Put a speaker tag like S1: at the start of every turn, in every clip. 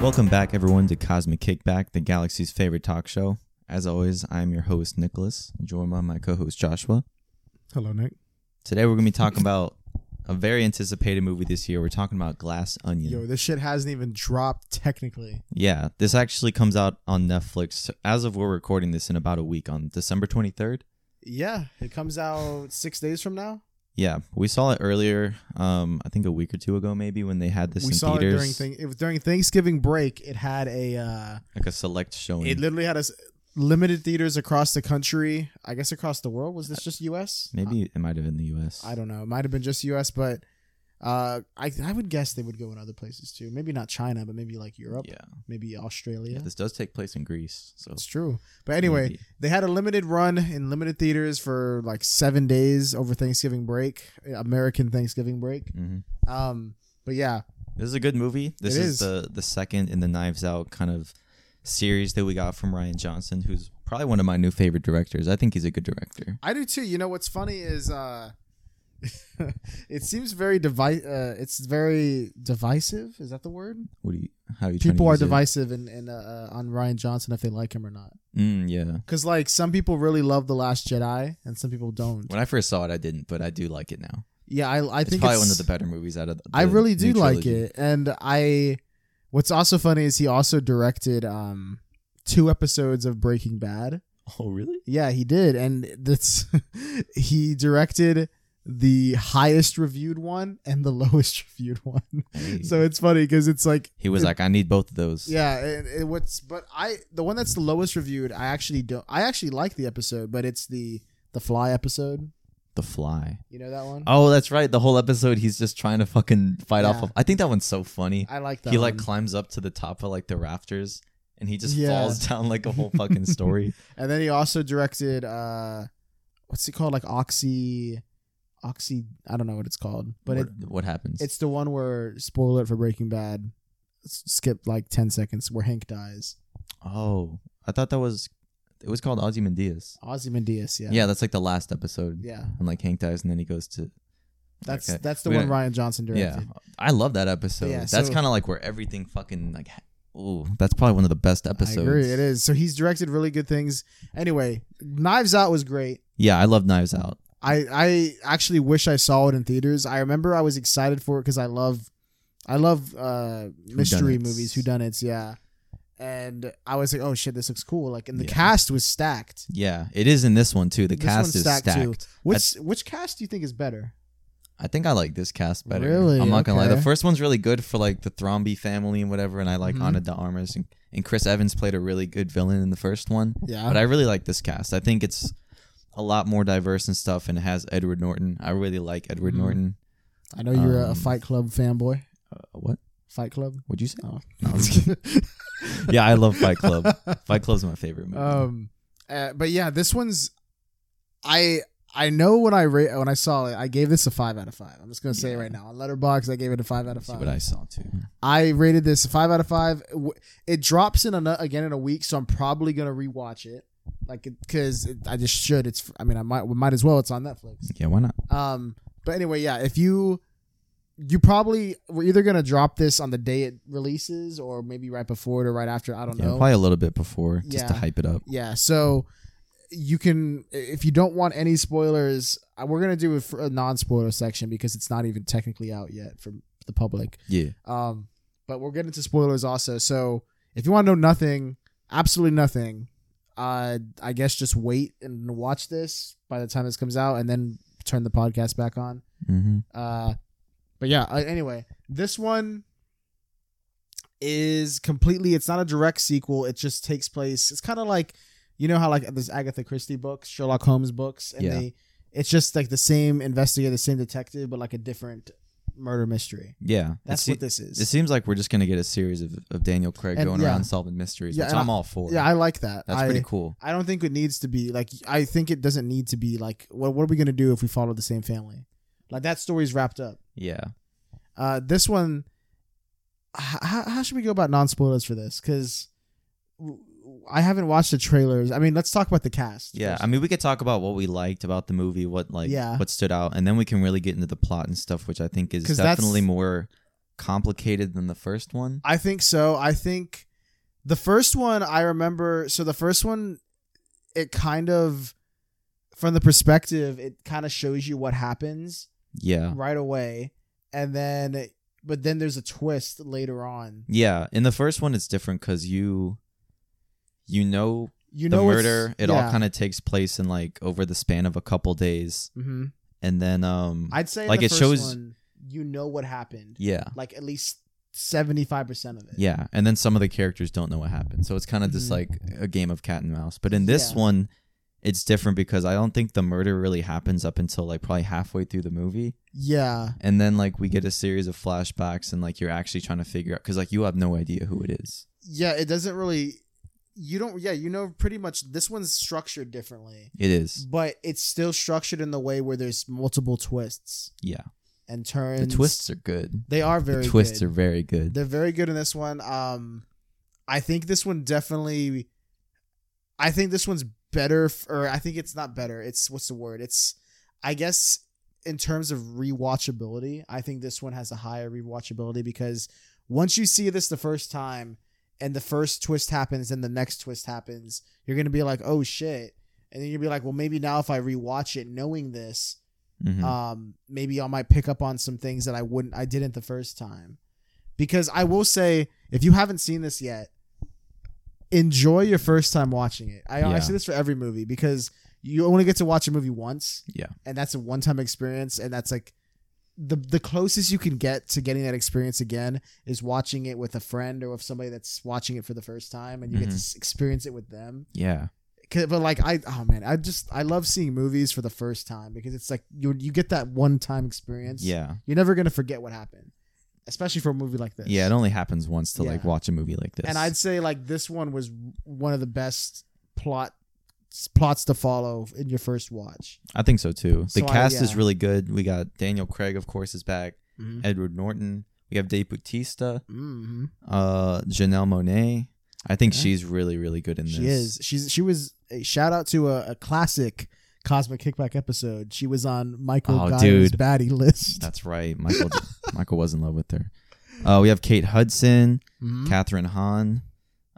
S1: Welcome back, everyone, to Cosmic Kickback, the galaxy's favorite talk show. As always, I'm your host, Nicholas, joined by my co host, Joshua.
S2: Hello, Nick.
S1: Today, we're going to be talking about a very anticipated movie this year. We're talking about Glass Onion.
S2: Yo, this shit hasn't even dropped technically.
S1: Yeah, this actually comes out on Netflix as of we're recording this in about a week on December 23rd.
S2: Yeah, it comes out six days from now.
S1: Yeah, we saw it earlier. Um, I think a week or two ago, maybe when they had this
S2: we
S1: in
S2: saw
S1: theaters,
S2: it during thing. It was during Thanksgiving break. It had a. Uh,
S1: like a select showing.
S2: it literally had a s- limited theaters across the country. I guess across the world. Was this just U.S.?
S1: maybe it might have been the U.S.
S2: I don't know. It might have been just U.S., but uh, I I would guess they would go in other places too. Maybe not China, but maybe like Europe,
S1: Yeah.
S2: maybe Australia.
S1: yeah, this does take place in Greece. So
S2: It's true. But anyway,
S1: Maybe.
S2: they had a limited run in limited theaters for like seven days over Thanksgiving break, uh, American Thanksgiving break.
S1: hmm
S2: Um, but yeah,
S1: This is a good movie. This
S2: It
S1: is
S2: is.
S1: the the second in the Knives Out kind of series that we got from Ryan Johnson, who's probably one of my new favorite directors. I think he's a good director.
S2: I do too. You know what's funny is uh, it seems very divi- uh, It's very divisive. Is that the word?
S1: What do you? How are you? trying to
S2: People are
S1: use it?
S2: divisive in, in uh, uh, on Ryan Johnson if they like him or not.
S1: Mm, yeah.
S2: Because like some people really love the Last Jedi and some people don't.
S1: When I first saw it, I didn't, but I do like it now.
S2: Yeah, I I
S1: It's
S2: think
S1: probably
S2: it's-
S1: one of the better movies out of. The
S2: I really do
S1: new
S2: like
S1: trilogy.
S2: it, and I. What's also funny is he also directed um two episodes of Breaking Bad.
S1: Oh really?
S2: Yeah, he did, and that's he directed the highest reviewed one and the lowest reviewed one.
S1: Hey.
S2: So it's funny because it's like
S1: he was like, I need both of those.
S2: yeah, and it, what's but I the one that's the lowest reviewed. I actually don't. I actually like the episode, but it's the the fly episode.
S1: The Fly.
S2: You know that one?
S1: Oh, that's right. The whole episode, he's just trying to fucking fight off
S2: Yeah.
S1: of. I think that one's so funny.
S2: I like that.
S1: He like
S2: one.
S1: climbs up to the top of like the rafters, and he just
S2: Yeah.
S1: falls down like a whole fucking story.
S2: And then he also directed uh what's it called? Like Oxy Oxy I don't know what it's called. But
S1: what,
S2: it,
S1: what happens?
S2: it's the one where spoiler for Breaking Bad s- skip like 10 seconds where Hank dies.
S1: oh, I thought that was it was called Ozymandias.
S2: Ozymandias, yeah.
S1: Yeah. that's like the last episode.
S2: Yeah.
S1: And like Hank dies, and then he goes to
S2: That's
S1: Okay.
S2: that's the
S1: We
S2: one
S1: don't-
S2: Ryan Johnson
S1: yeah.
S2: directed.
S1: I love that episode.
S2: Yeah,
S1: that's
S2: so-
S1: kind of like where everything fucking like. Oh, that's probably one of the best episodes.
S2: I agree it is. So he's directed really good things. Anyway, Knives Out was great.
S1: Yeah, I love Knives Out.
S2: I I actually wish I saw it in theaters. I remember I was excited for it because I love, I love uh, mystery
S1: Whodunits.
S2: movies, whodunits, yeah. And I was like, oh shit, this looks cool. Like, and the
S1: Yeah.
S2: cast was stacked.
S1: Yeah, it is in this one too. The
S2: This
S1: cast
S2: one's
S1: is
S2: stacked,
S1: stacked.
S2: too. Which which cast do you think is better?
S1: I think I like this cast better.
S2: Really?
S1: I'm not gonna lie. The
S2: Okay.
S1: first one's really good for like the Thromby family and whatever, and I like
S2: Mhm.
S1: Ana de Armas and, and Chris Evans played a really good villain in the first one.
S2: Yeah,
S1: But I really like this cast. I think it's a lot more diverse and stuff, and it has Edward Norton. I really like Edward
S2: Mhm.
S1: Norton.
S2: I know you're a- a
S1: um,
S2: Fight Club fanboy.
S1: Uh, what
S2: Fight Club.
S1: would you say?
S2: Oh.
S1: No, I'm just yeah, I love Fight Club. Fight Club's my favorite movie.
S2: um, uh, but yeah, this one's, I I know when I ra- when I saw it, I gave this a five out of five. I'm just gonna say it
S1: Yeah.
S2: right now on Letterbox, I gave it a five out of
S1: Let's see
S2: five.
S1: what I saw too.
S2: I rated this a five out of five. W- It drops in ano- again in a week, so I'm probably gonna rewatch it, like because it, I just should. It's I mean I might we might as well. It's on Netflix.
S1: Yeah, why not?
S2: Um, but anyway, yeah. If you you probably we're either gonna drop this on the day it releases, or maybe right before it, or right after. I don't
S1: Yeah,
S2: know.
S1: probably a little bit before just to
S2: Yeah.
S1: hype it up.
S2: Yeah. So you can if you don't want any spoilers, uh, we're gonna do a, f- a non-spoiler section because it's not even technically out yet for the public.
S1: Yeah,
S2: Um, but we'll get into spoilers also. So if you want to know nothing, absolutely nothing, uh, I guess just wait and watch this by the time this comes out, and then turn the podcast back on.
S1: mm-hmm.
S2: Uh, but yeah. Uh, anyway, this one is completely. It's not a direct sequel. It just takes place. It's kind of like you know how like there's Agatha Christie books, Sherlock Holmes books, and
S1: Yeah.
S2: they. It's just like the same investigator, the same detective, but like a different murder mystery.
S1: yeah.
S2: That's
S1: It's-
S2: what this is.
S1: It seems like we're just gonna get a series of, of Daniel Craig
S2: And-
S1: going
S2: yeah.
S1: around solving mysteries,
S2: Yeah,
S1: which
S2: and
S1: I'm all for.
S2: Yeah, I like that.
S1: that's
S2: I,
S1: pretty cool.
S2: I don't think it needs to be like. I think it doesn't need to be like. What What are we gonna do if we follow the same family? Like that story's wrapped up.
S1: Yeah,
S2: Uh, this one. How, how should we go about non spoilers for this? Because I haven't watched the trailers. I mean, let's talk about the cast.
S1: yeah.
S2: first.
S1: I mean, we could talk about what we liked about the movie, what like
S2: Yeah.
S1: what stood out, and then we can really get into the plot and stuff, which I think is
S2: 'Cause that's-
S1: definitely more complicated than the first one?
S2: I think so. I think the first one I remember. So the first one, it kind of, from the perspective, it kind of shows you what happens
S1: Yeah.
S2: right away, and then, but then there's a twist later on.
S1: Yeah. In the first one, it's different because you, you know,
S2: You
S1: the
S2: know,
S1: murder. It all kind of takes place in like over the span of a couple days,
S2: of. hmm
S1: and then um,
S2: I'd
S1: Like,
S2: say like
S1: it
S2: it
S1: shows-
S2: shows you know what happened.
S1: yeah,
S2: Like at least seventy five percent of it.
S1: yeah, and then some of the characters don't know what happened, so it's kind of just
S2: Mhm.
S1: like a game of cat and mouse. But in this
S2: Yeah.
S1: one, it's different because I don't think the murder really happens up until like probably halfway through the movie,
S2: Yeah.
S1: and then like we get a series of flashbacks, and like you're actually trying to figure out because like you have no idea who it is.
S2: Yeah, it doesn't really. You don't. Yeah, you know pretty much. This one's structured differently,
S1: It is,
S2: but it's still structured in the way where there's multiple twists
S1: yeah.
S2: and turns.
S1: The twists are good.
S2: They are very
S1: the twists
S2: good.
S1: are very good.
S2: They're very good in this one. Um, I think this one definitely. I think this one's better, f- or I think it's not better. It's what's the word? It's, I guess, in terms of rewatchability, I think this one has a higher rewatchability because once you see this the first time, and the first twist happens, and the next twist happens, you're gonna be like, oh shit, and then you'll be like, well, maybe now if I rewatch it, knowing this,
S1: Mhm.
S2: um maybe I might pick up on some things that I wouldn't I didn't the first time. Because I will say if you haven't seen this yet, enjoy your first time watching it. I, I
S1: Yeah.
S2: say this for every movie because you only get to watch a movie once.
S1: Yeah.
S2: And that's a one-time experience and that's like the the closest you can get to getting that experience again is watching it with a friend or with somebody that's watching it for the first time and you get to
S1: Mhm.
S2: s- experience it with them.
S1: yeah.
S2: 'Cause- but like I oh man, I just I love seeing movies for the first time because it's like you you get that one time experience.
S1: Yeah.
S2: You're never gonna forget what happened. Especially for a movie like this.
S1: Yeah, it only happens once to like
S2: Yeah.
S1: watch a movie like this.
S2: And I'd say like this one was one of the best plot plots to follow in your first watch.
S1: I think so too. The
S2: So I-
S1: cast is
S2: yeah.
S1: really good. We got Daniel Craig, of course, is back. Edward Norton. We have Dave Bautista,
S2: Mm-hmm.
S1: uh, Janelle Monet. I think
S2: Yeah.
S1: she's really, really good in this.
S2: She is. She's she was a shout out to a, a classic Cosmic Kickback episode. She was on Michael
S1: Oh,
S2: Guy's
S1: dude.
S2: baddie list.
S1: That's right. Michael Michael was in love with her. Uh, we have Kate Hudson,
S2: Mhm.
S1: Catherine Hahn,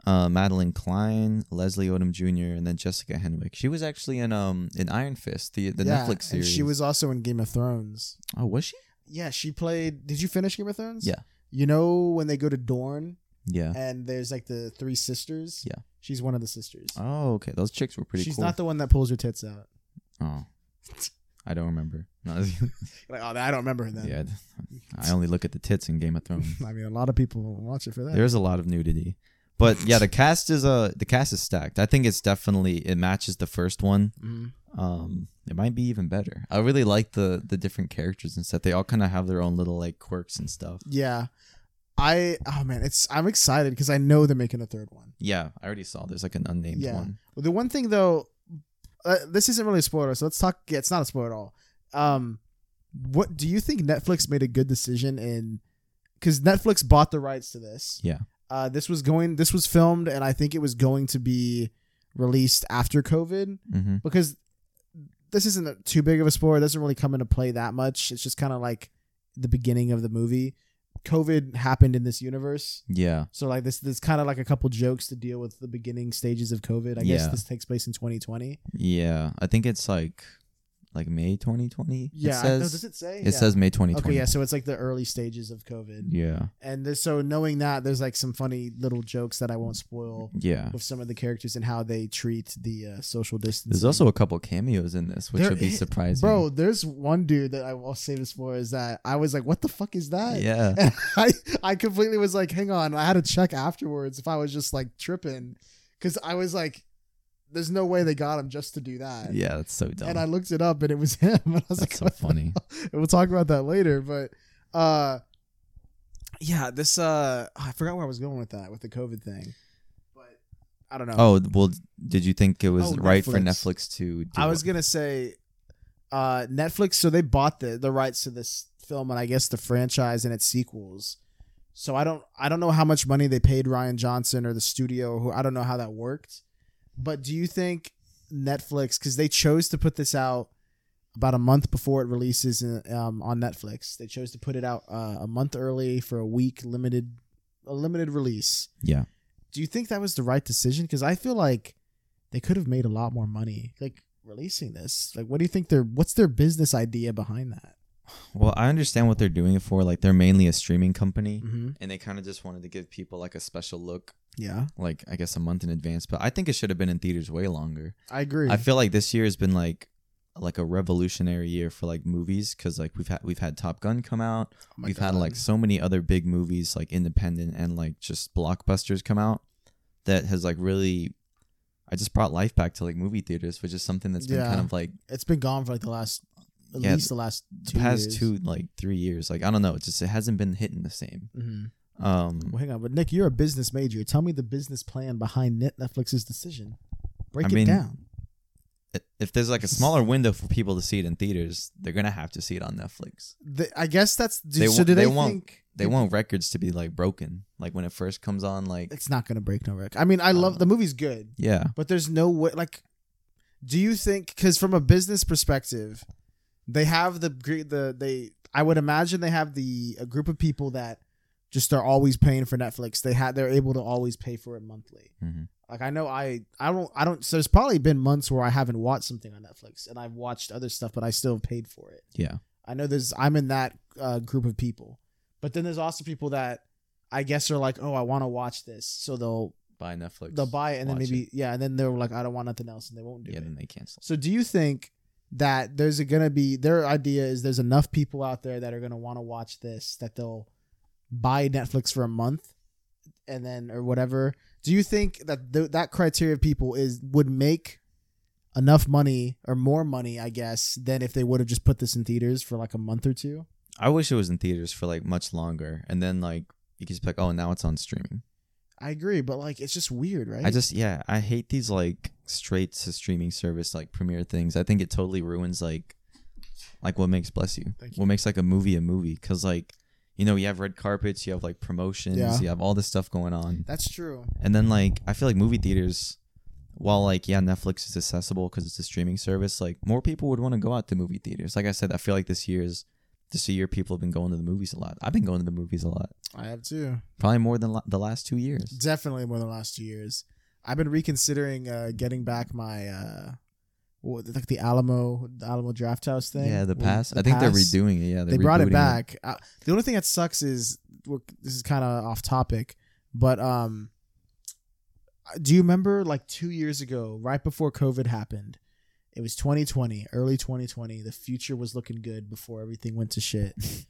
S1: uh, Madeline Klein, Leslie Odom Jr., and then Jessica Henwick. She was actually in um in Iron Fist, the the
S2: Yeah,
S1: Netflix
S2: and
S1: series.
S2: she was also in Game of Thrones.
S1: Oh, was she?
S2: Yeah, she played. Did you finish Game of Thrones?
S1: Yeah.
S2: You know when they go to Dorne
S1: Yeah.
S2: and there's like the three sisters.
S1: Yeah.
S2: She's one of the sisters.
S1: Oh, okay. Those chicks were pretty
S2: She's
S1: cool.
S2: not the one that pulls her tits out.
S1: Oh, I don't remember. No,
S2: Like, oh, I don't remember her then.
S1: yeah, I only look at the tits in Game of Thrones.
S2: I mean, a lot of people watch it for that.
S1: There's a lot of nudity, but yeah, the cast is uh, the cast is stacked. I think it's definitely it matches the first one.
S2: Mhm.
S1: Um, it might be even better. I really like the the different characters and stuff. They all kind of have their own little like quirks and stuff.
S2: Yeah. I oh man, it's I'm excited because I know they're making a third one.
S1: Yeah, I already saw. There's like an unnamed
S2: Yeah.
S1: one.
S2: Well, the one thing though, uh, this isn't really a spoiler, so let's talk. Yeah, it's not a spoiler at all. Um, what do you think Netflix made a good decision in? Because Netflix bought the rights to this.
S1: Yeah.
S2: Uh, this was going. This was filmed, and I think it was going to be released after COVID
S1: Mm-hmm.
S2: because this isn't a- too big of a spoiler. It doesn't really come into play that much. It's just kind of like the beginning of the movie. COVID happened in this universe.
S1: Yeah,
S2: So like this, there's kind of like a couple jokes to deal with the beginning stages of COVID. I guess
S1: Yeah.
S2: this takes place in 2020.
S1: yeah. I think it's like like May 2020. it
S2: Yeah, I-
S1: says.
S2: no, does it say?
S1: it
S2: Yeah.
S1: says May 2020.
S2: Okay, yeah. So it's like the early stages of COVID,
S1: Yeah.
S2: and there's, so knowing that, there's like some funny little jokes that I won't spoil
S1: Yeah.
S2: with some of the characters and how they treat the uh, social distancing.
S1: There's also a couple cameos in this, which
S2: There
S1: would be
S2: is-
S1: surprising.
S2: bro. There's one dude that I will say this for is that I was like, what the fuck is that?
S1: yeah.
S2: And I, I completely was like, hang on. I had to check afterwards if I was just like tripping because I was like, there's no way they got him just to do that.
S1: Yeah, that's so dumb.
S2: And I looked it up and it was him. And I was like,
S1: that's so funny.
S2: and we'll talk about that later. But uh, yeah, this uh, I forgot where I was going with that with the COVID thing, but I don't know.
S1: Oh, well, did you think it was
S2: Oh,
S1: right for
S2: Netflix.
S1: Netflix to do
S2: I was
S1: it?
S2: gonna say, uh, Netflix. So they bought the the rights to this film and I guess the franchise and its sequels. So I don't I don't know how much money they paid Ryan Johnson or the studio. Who I don't know how that worked. But do you think Netflix because they chose to put this out about a month before it releases uh, um, on Netflix. They chose to put it out uh, a month early for a week limited, a limited release.
S1: Yeah.
S2: Do you think that was the right decision? Because I feel like they could have made a lot more money, like releasing this. Like, what do you think their what's their business idea behind that?
S1: Well, I understand what they're doing it for. Like they're mainly a streaming company,
S2: Mm-hmm.
S1: and they kind of just wanted to give people like a special look,
S2: Yeah,
S1: like I guess a month in advance. But I think it should have been in theaters way longer.
S2: I agree.
S1: I feel like this year has been like like a revolutionary year for like movies because like we've had we've had Top Gun come out,
S2: Oh my
S1: we've had
S2: God.
S1: like so many other big movies like independent and like just blockbusters come out that has like really. I just brought life back to like movie theaters, which is something that's been
S2: Yeah.
S1: kind of like
S2: it's been gone for like the last, at
S1: Yeah,
S2: least the last two
S1: past
S2: years.
S1: two like three years. Like I don't know, it just it hasn't been hitting the same.
S2: Mhm.
S1: Um,
S2: Well, hang on, but Nick, you're a business major. Tell me the business plan behind Net- Netflix's decision. Break
S1: I
S2: it
S1: mean-
S2: down.
S1: if there's like a smaller window for people to see it in theaters, they're gonna have to see it on Netflix.
S2: The, I guess that's do-
S1: They
S2: so.
S1: won't-
S2: Do
S1: they
S2: they,
S1: won't-
S2: think
S1: They want records to be like broken, like when it first comes on. Like
S2: it's not going to break no record? I mean, I love
S1: Uh,
S2: the movie's good,
S1: yeah,
S2: but there's no way. Like, do you think? Because from a business perspective, they have the gr- the they. I would imagine they have the a group of people that just are always paying for Netflix. They had they're able to always pay for it monthly.
S1: Mhm.
S2: Like I know I I don't I don't. So there's probably been months where I haven't watched something on Netflix and I've watched other stuff, but I still have paid for it.
S1: yeah,
S2: I know there's I'm in that uh, group of people, but then there's also people that I guess are like, oh, I want to watch this, so they'll
S1: buy Netflix.
S2: they'll buy it and then
S1: watch
S2: maybe yeah, and then they're like, I don't want nothing else, and they won't do
S1: yeah,
S2: it.
S1: then they cancel.
S2: So do you think that there's gonna be their idea is there's enough people out there that are gonna want to watch this that they'll buy Netflix for a month and then or whatever? Do you think that th- that criteria of people is would make enough money or more money, I guess, than if they would have just put this in theaters for like a month or two?
S1: I wish it was in theaters for like much longer, and then like you could just be like, oh, now it's on streaming.
S2: I agree, but like it's just weird, right?
S1: I just yeah, I hate these like straight to streaming service like premiere things. I think it totally ruins like like what makes bless you.
S2: Thank you.
S1: What makes like a movie a movie cuz like you know, you have red carpets, you have like promotions,
S2: Yeah.
S1: you have all this stuff going on.
S2: that's true.
S1: And then like I feel like movie theaters while like yeah, Netflix is accessible cuz it's a streaming service, like more people would want to go out to movie theaters. Like I said, I feel like this year is this year people have been going to the movies a lot. I've been going to the movies a lot.
S2: I have too.
S1: Probably more than la- the last 2 years.
S2: Definitely more than the last two years. I've been reconsidering uh, getting back my uh, what, like the Alamo the Alamo Draft House thing.
S1: Yeah, the
S2: When-
S1: pass. I think they're
S2: pass,
S1: redoing it. Yeah,
S2: They
S1: they're
S2: brought
S1: rebooting
S2: it back. Uh, the only thing that sucks is we're, this is kind of off topic, but um, uh, do you remember like two years ago, right before COVID happened? It was 2020, early 2020. The future was looking good before everything went to shit.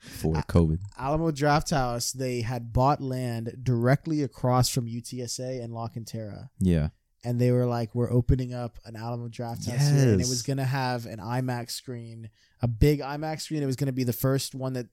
S1: for
S2: I-
S1: COVID.
S2: Alamo Draft House, they had bought land directly across from UTSA and La Cantera.
S1: Yeah.
S2: And they were like, we're opening up an Alamo Draft House here. And it
S1: Yes.
S2: was going to have an IMAX screen, a big IMAX screen. It was going to be the first one that,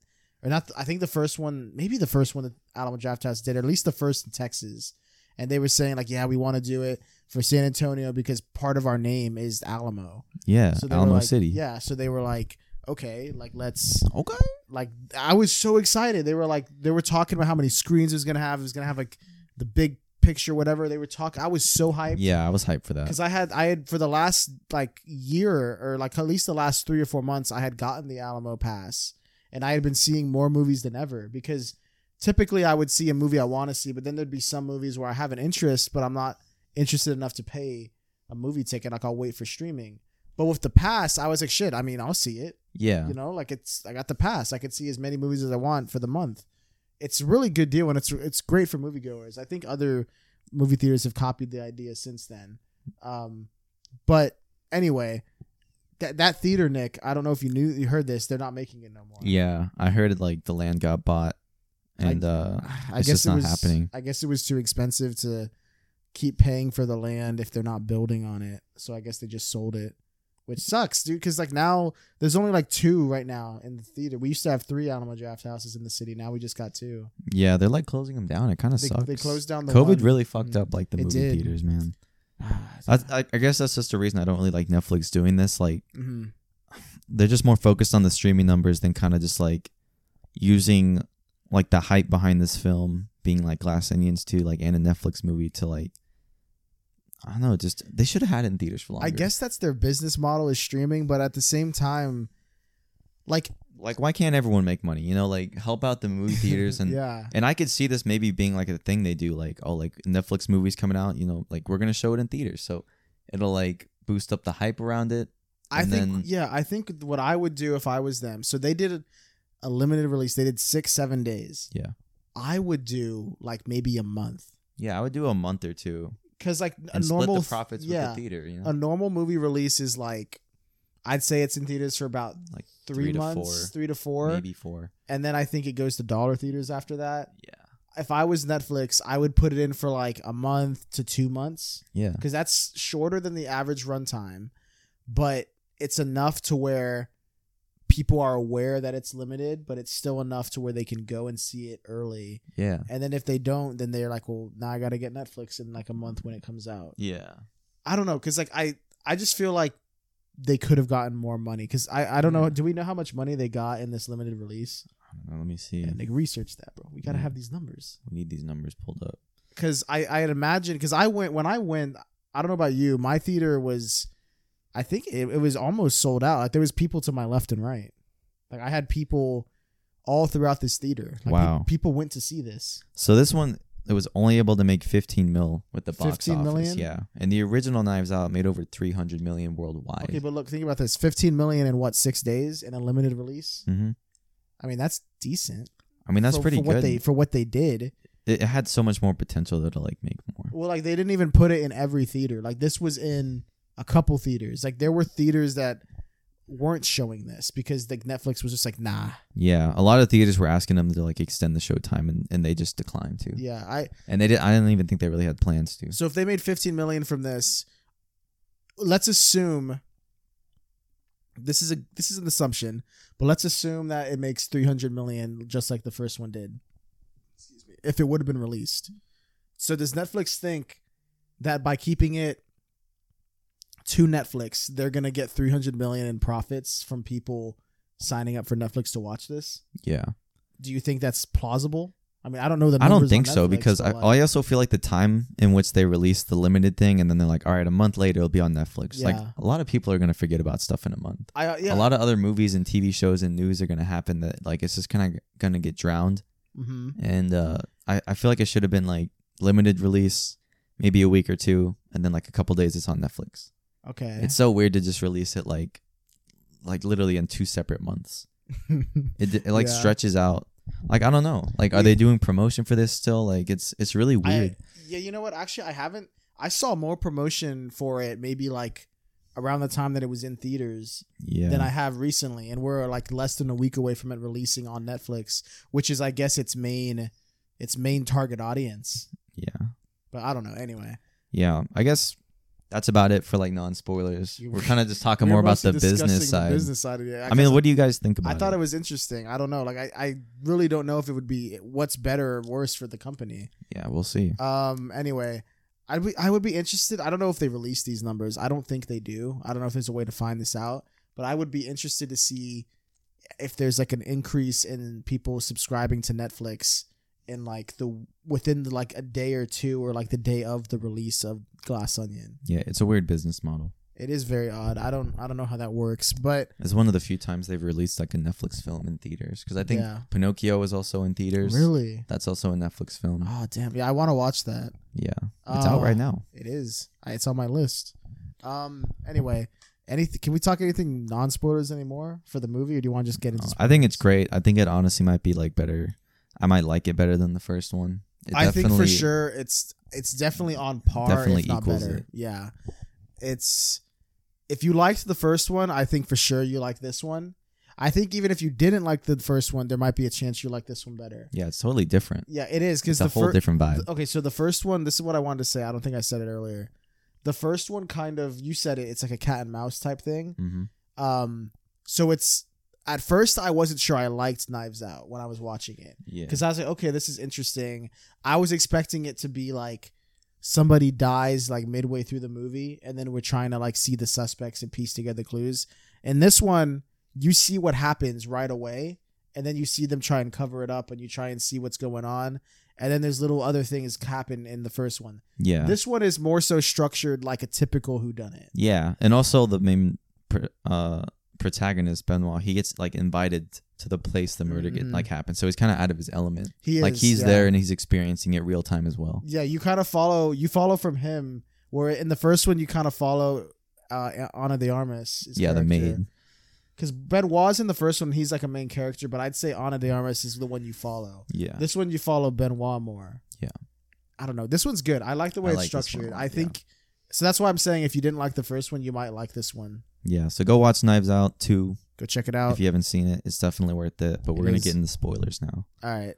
S2: or not, I think the first one, maybe the first one that Alamo Draft House did, or at least the first in Texas. And they were saying, like, yeah, we want to do it for San Antonio because part of our name is Alamo.
S1: Yeah.
S2: So they were
S1: Uh, Alamo
S2: like-
S1: City.
S2: Yeah. So they were like, okay, like, let's
S1: Okay.
S2: like I was so excited. They were like they were talking about how many screens it was gonna have. It was gonna have like the big picture, whatever. They were talking. I was so hyped
S1: Yeah, I was hyped for that.
S2: because I had I had for the last like year or like at least the last three or four months I had gotten the Alamo Pass and I had been seeing more movies than ever because typically I would see a movie I want to see, but then there'd be some movies where I have an interest but I'm not interested enough to pay a movie ticket. Like I'll wait for streaming. But with the pass, I was like, shit. I mean, I'll see it.
S1: Yeah.
S2: You know, like it's I got the pass. I could see as many movies as I want for the month. It's a really good deal and it's it's great for moviegoers. I think other movie theaters have copied the idea since then. Um, but anyway, that that theater, Nick, I don't know if you knew you heard this, they're not making it no more.
S1: Yeah. I heard it like the land got bought and uh
S2: I
S1: It's
S2: guess
S1: just
S2: it
S1: not
S2: was
S1: happening.
S2: I guess it was too expensive to keep paying for the land if they're not building on it. So I guess they just sold it, which sucks, dude. Because like now there's only like two right now in the theater. We used to have three Alamo Draft Houses in the city. Now we just got two.
S1: yeah, they're like closing them down. It kind of
S2: They,
S1: sucks.
S2: they closed down the
S1: COVID
S2: one- Ah,
S1: really fucked
S2: Mm.
S1: up like the
S2: It
S1: movie
S2: did.
S1: theaters, man. I, I, I guess that's just the reason I don't really like Netflix doing this. Like
S2: Mhm.
S1: they're just more focused on the streaming numbers than kind of just like using like the hype behind this film being like Glass Onions too, like and a Netflix movie to like I don't know. Just they should have had it in theaters for longer.
S2: I guess that's their business model is streaming, but at the same time, like
S1: Like, why can't everyone make money? You know, like help out the movie theaters and
S2: yeah,
S1: And I could see this maybe being like a thing they do, like oh, like Netflix movies coming out, you know, like we're gonna show it in theaters, so it'll like boost up the hype around it.
S2: I
S1: and
S2: think
S1: then-
S2: yeah, I think what I would do if I was them. So they did a, a limited release. They did six, seven days.
S1: Yeah.
S2: I would do like maybe a month
S1: Yeah, I would do a month or two
S2: because like a
S1: and split
S2: normal
S1: the profits
S2: yeah,
S1: with the theater. You know,
S2: a normal movie release is like I'd say it's in theaters for about
S1: Like,
S2: three,
S1: three to
S2: months,
S1: four,
S2: three to four,
S1: maybe four.
S2: and then I think it goes to dollar theaters after that.
S1: Yeah,
S2: If I was Netflix, I would put it in for like a month to two months.
S1: yeah,
S2: because that's shorter than the average runtime, but it's enough to where people are aware that it's limited, but it's still enough to where they can go and see it early.
S1: yeah,
S2: And then if they don't, then they're like, well, now I got to get Netflix in like a month when it comes out.
S1: yeah.
S2: I don't know, because like I, I just feel like they could have gotten more money because I, I don't know.
S1: Yeah.
S2: Do we know how much money they got in this limited release?
S1: I don't know. Let me see.
S2: And they researched that, bro. We gotta
S1: Yeah.
S2: have these numbers.
S1: we need these numbers pulled up.
S2: because I I had imagined because I went when I went I don't know about you my theater was I think it, it was almost sold out like there was people to my left and right like I had people all throughout this theater like, pe-
S1: Wow.
S2: people went to see this
S1: So this one, it was only able to make 15 mil with the box
S2: 15
S1: office.
S2: million?
S1: Yeah, and the original Knives Out made over 300 million worldwide.
S2: okay but look think about this 15 million in what six days in a limited release
S1: hmm
S2: I mean that's decent
S1: I mean, that's
S2: for,
S1: pretty
S2: for
S1: good.
S2: what they for what they did
S1: it it had so much more potential though to like make more.
S2: well like they didn't even put it in every theater like this was in a couple theaters like there were theaters that weren't showing this because like Netflix was just like nah
S1: Yeah, a lot of theaters were asking them to like extend the show time, and, and they just declined to.
S2: yeah I
S1: And they did. I didn't even think they really had plans to.
S2: So if they made 15 million from this, let's assume this is a this is an assumption, but let's assume that it makes 300 million just like the first one did. Excuse me. If it would have been released. So does Netflix think that by keeping it to Netflix, they're going to get 300 million in profits from people signing up for Netflix to watch this?
S1: Yeah,
S2: Do you think that's plausible? I mean, I don't know the
S1: I don't
S2: numbers on
S1: think so
S2: Netflix,
S1: because I,
S2: but, like-
S1: I also feel like the time in which they released the limited thing, and then they're like, all right, a month later it'll be on Netflix. Like
S2: Yeah.
S1: a lot of people are gonna forget about stuff in a month.
S2: I, yeah.
S1: A lot of other movies and TV shows and news are gonna happen that like it's just kind of gonna get drowned.
S2: hmm
S1: And uh, I I feel like it should have been like limited release, maybe a week or two, and then like a couple days it's on Netflix.
S2: Okay.
S1: It's so weird to just release it like, like literally in two separate months. It, d- it like
S2: Yeah.
S1: stretches out. Like I don't know. Like are
S2: Yeah.
S1: they doing promotion for this still? Like it's it's really weird.
S2: I, yeah, you know what? Actually, I haven't. I saw more promotion for it maybe like around the time that it was in theaters
S1: yeah.
S2: than I have recently, and we're like less than a week away from it releasing on Netflix, which is, I guess, its main its main target audience.
S1: yeah.
S2: But I don't know. Anyway,
S1: Yeah. I guess that's about it for like non spoilers.
S2: You-
S1: We're kind of just talking
S2: We were
S1: more about
S2: mostly
S1: the business
S2: discussing the
S1: side.
S2: business side of it.
S1: I mean, what do you guys think
S2: I
S1: about
S2: thought
S1: it?
S2: it was interesting. I don't know. Like, I, I really don't know if it would be what's better or worse for the company.
S1: yeah, we'll see.
S2: Um. Anyway, I be I would be interested. I don't know if they release these numbers. I don't think they do. I don't know if there's a way to find this out, but I would be interested to see if there's like an increase in people subscribing to Netflix in like the within the, like a day or two or like the day of the release of Glass Onion.
S1: Yeah, it's a weird business model.
S2: It is very odd. I don't I don't know how that works, but
S1: It's one of the few times they've released like a Netflix film in theaters because I think
S2: Yeah.
S1: Pinocchio was also in theaters.
S2: really.
S1: That's also a Netflix film.
S2: Oh damn! Yeah, I want to watch that.
S1: Yeah, it's out
S2: Oh.
S1: right now.
S2: It is. I- It's on my list. Um. Anyway, anything? Can we talk anything non spoilers anymore for the movie, or do you want to just get into?
S1: Oh, I think it's great. I think it honestly might be like better. I might like it better than the first one. It
S2: I think for
S1: definitely-
S2: sure it's it's definitely on par,
S1: Definitely
S2: if not
S1: equals
S2: better.
S1: it.
S2: Yeah, it's if you liked the first one, I think for sure you like this one. I think even if you didn't like the first one, there might be a chance you like this one better.
S1: Yeah, it's totally different.
S2: Yeah, it is because
S1: It's
S2: the
S1: a whole
S2: first.
S1: different vibe.
S2: Okay, so the oh, first one, this is what I wanted to say. I don't think I said it earlier. The first one kind of you said it. It's like a cat and mouse type thing.
S1: hmm
S2: Um, so it's at first I wasn't sure I liked Knives Out when I was watching it
S1: Yeah,
S2: because I was like, okay, this is interesting. I was expecting it to be like somebody dies like midway through the movie, and then we're trying to like see the suspects and piece together clues. In this one, you see what happens right away, and then you see them try and cover it up, and you try and see what's going on, and then there's little other things happen in the first one.
S1: Yeah.
S2: This one is more so structured like a typical Who Done It.
S1: yeah. And also the main pr- uh, protagonist Benoit, he gets like invited to the place the murder get
S2: Mhm.
S1: like happened. So he's kind of out of his element.
S2: He
S1: like
S2: is,
S1: he's
S2: yeah.
S1: there and he's experiencing it real time as well.
S2: Yeah, you kind of follow. You follow from him. Where in the first one you kind of follow uh, Ana de Armas.
S1: yeah, the maid.
S2: Because Benoit's in the first one, he's like a main character, but I'd say Ana de Armas is the one you follow.
S1: Yeah.
S2: This one you follow Benoit more.
S1: Yeah.
S2: I don't know. This one's good. I like the way
S1: I
S2: it's
S1: like this one a
S2: structured.
S1: lot,
S2: I
S1: yeah.
S2: think so. That's why I'm saying if you didn't like the first one, you might like this one.
S1: yeah. So go watch Knives Out 2
S2: Go check it out.
S1: if you haven't seen it. It's definitely worth it. But
S2: It
S1: we're going
S2: is.
S1: to get into spoilers now.
S2: All right.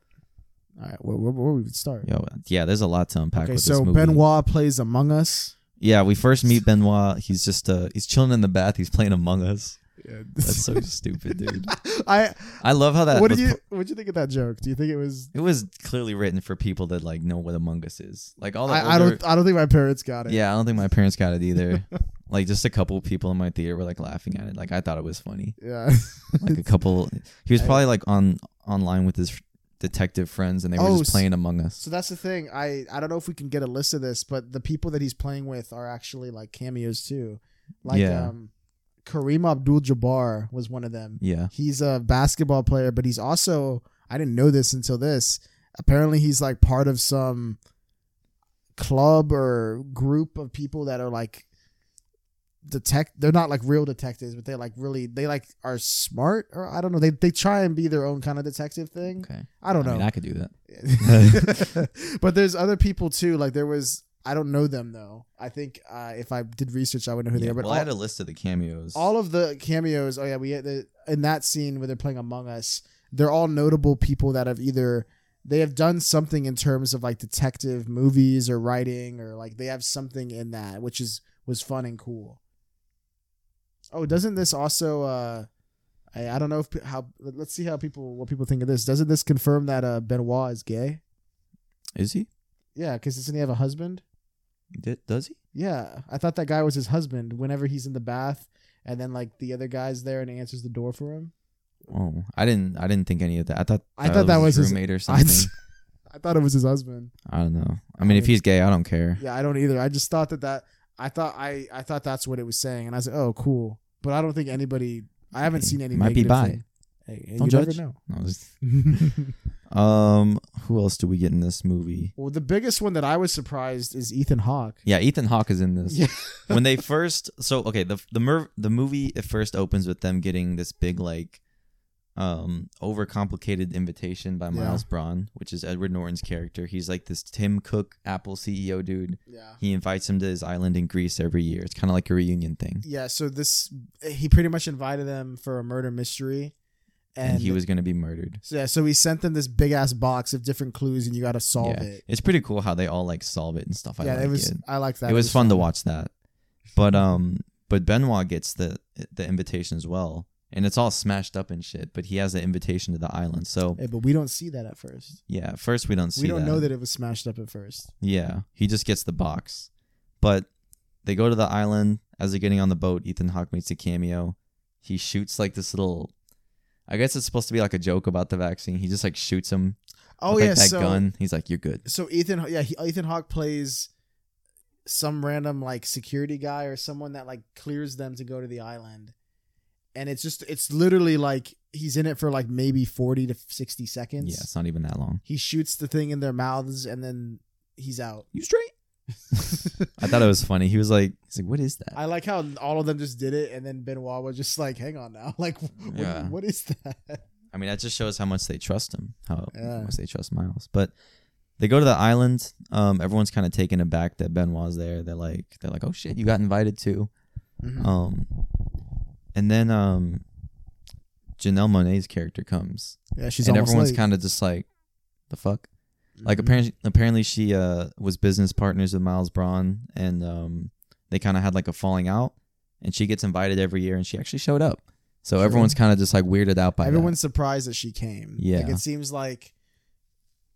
S2: All right. Where, where, where we would start?
S1: Yo, yeah, there's a lot to unpack
S2: Okay,
S1: with
S2: so
S1: this movie.
S2: Benoit plays Among Us.
S1: Yeah, we first meet Benoit. He's just uh he's chilling in the bath. He's playing Among Us. That's so stupid, dude.
S2: I.
S1: I love how that
S2: What
S1: was
S2: did you?
S1: pu-
S2: What would you think of that joke? Do you think it was?
S1: it was clearly written for people that like know what Among Us is. Like all the
S2: I, I
S1: older-
S2: don't. I don't think my parents got it.
S1: Yeah, I don't think my parents got it either. like just a couple people in my theater were like laughing at it. Like I thought it was funny.
S2: Yeah.
S1: Like a couple he was
S2: I-
S1: probably like on online with his detective friends and they were
S2: Oh, s-
S1: just playing Among Us.
S2: So that's the thing. I I don't know if we can get a list of this, but the people that he's playing with are actually like cameos too. Like
S1: Yeah.
S2: um Kareem Abdul-Jabbar was one of them.
S1: Yeah.
S2: He's a basketball player, but he's also I didn't know this until this. Apparently he's like part of some club or group of people that are like detect they're not like real detectives, but they like really they like are smart or I don't know. They they try and be their own kind of detective thing.
S1: Okay.
S2: I don't know.
S1: mean, I could do that.
S2: but there's other people too. Like there was, I don't know them though. I think uh, if I did research, I would know who they
S1: Yeah,
S2: are. But
S1: well, I
S2: all,
S1: had a list of the cameos.
S2: all of the cameos. Oh yeah, we had the, in that scene where they're playing Among Us. They're all notable people that have either they have done something in terms of like detective movies or writing or like they have something in that which is was fun and cool. Oh, doesn't this also? uh I, I don't know if pe- how. Let's see how people what people think of this. Doesn't this confirm that uh, Benoit is gay?
S1: is he?
S2: Yeah, because doesn't he have a husband?
S1: Did, does he?
S2: Yeah, I thought that guy was his husband. Whenever he's in the bath, and then like the other guy's there and answers the door for him.
S1: Oh, I didn't. I didn't think any of that. I thought. uh,
S2: I thought that was
S1: his
S2: his-
S1: roommate or
S2: I,
S1: something.
S2: I thought it was his husband.
S1: I don't know. I mean, if he's gay, I don't care.
S2: Yeah, I don't either. I just thought that that I thought I I thought that's what it was saying, and I said, oh, cool. But I don't think anybody. I haven't
S1: Hey,
S2: seen any.
S1: might be
S2: negative
S1: bi.
S2: thing. Hey, hey,
S1: Don't
S2: you never
S1: judge.
S2: know.
S1: No, just- um, who else do we get in this movie?
S2: well, the biggest one that I was surprised is Ethan Hawke.
S1: Yeah, Ethan Hawke is in this.
S2: Yeah.
S1: when they first, so okay, the the mer- the movie at first opens with them getting this big like, um, overcomplicated invitation by
S2: Yeah.
S1: Miles Braun, which is Edward Norton's character. He's like this Tim Cook Apple CEO dude.
S2: Yeah.
S1: He invites him to his island in Greece every year. It's kind of like a reunion thing.
S2: Yeah. So this, he pretty much invited them for a murder mystery,
S1: And, he was going to be murdered.
S2: So, yeah, so we sent them this big ass box of different clues, and you got to solve
S1: yeah.
S2: it.
S1: It's pretty cool how they all like solve it and stuff. I
S2: yeah,
S1: like
S2: it was.
S1: it.
S2: I like that.
S1: it was fun to watch that. But um, but Benoit gets the the invitation as well, and it's all smashed up and shit. But he has the invitation to the island. So
S2: Yeah, but we don't see that at first.
S1: yeah, at first we don't see.
S2: we don't know that it was smashed up at first.
S1: Yeah, he just gets the box, but they go to the island. As they're getting on the boat, Ethan Hawke makes a cameo. He shoots like this little. I guess it's supposed to be like a joke about the vaccine. He just like shoots him.
S2: Oh
S1: with,
S2: yeah,
S1: like, that
S2: so
S1: gun. He's like, "You're good."
S2: so Ethan, yeah, he, Ethan Hawke plays some random like security guy or someone that like clears them to go to the island, and it's just it's literally like he's in it for like maybe forty to sixty seconds.
S1: Yeah, it's not even that long.
S2: He shoots the thing in their mouths, and then he's out.
S1: You straight? I thought it was funny. He was like, "He's like, what is that?"
S2: I like how all of them just did it, and then Benoit was just like, "Hang on now, like, what,
S1: Yeah.
S2: what is that?"
S1: I mean, that just shows how much they trust him, how
S2: Yeah.
S1: much they trust Miles. But they go to the island. Um, everyone's kind of taken aback that Benoit's there. They're like, they're like, oh shit, you got invited too. Um, and then um, Janelle Monet's character comes,
S2: yeah, she's
S1: and
S2: almost
S1: everyone's
S2: late.
S1: kind of just like, the fuck. Like
S2: Mhm.
S1: apparently, apparently she uh was business partners with Miles Braun, and um, they kind of had like a falling out. And she gets invited every year, and she actually showed up. So
S2: Sure.
S1: everyone's kind of just like weirded out by that.
S2: everyone's surprised that she came.
S1: uh, Yeah.
S2: like it seems like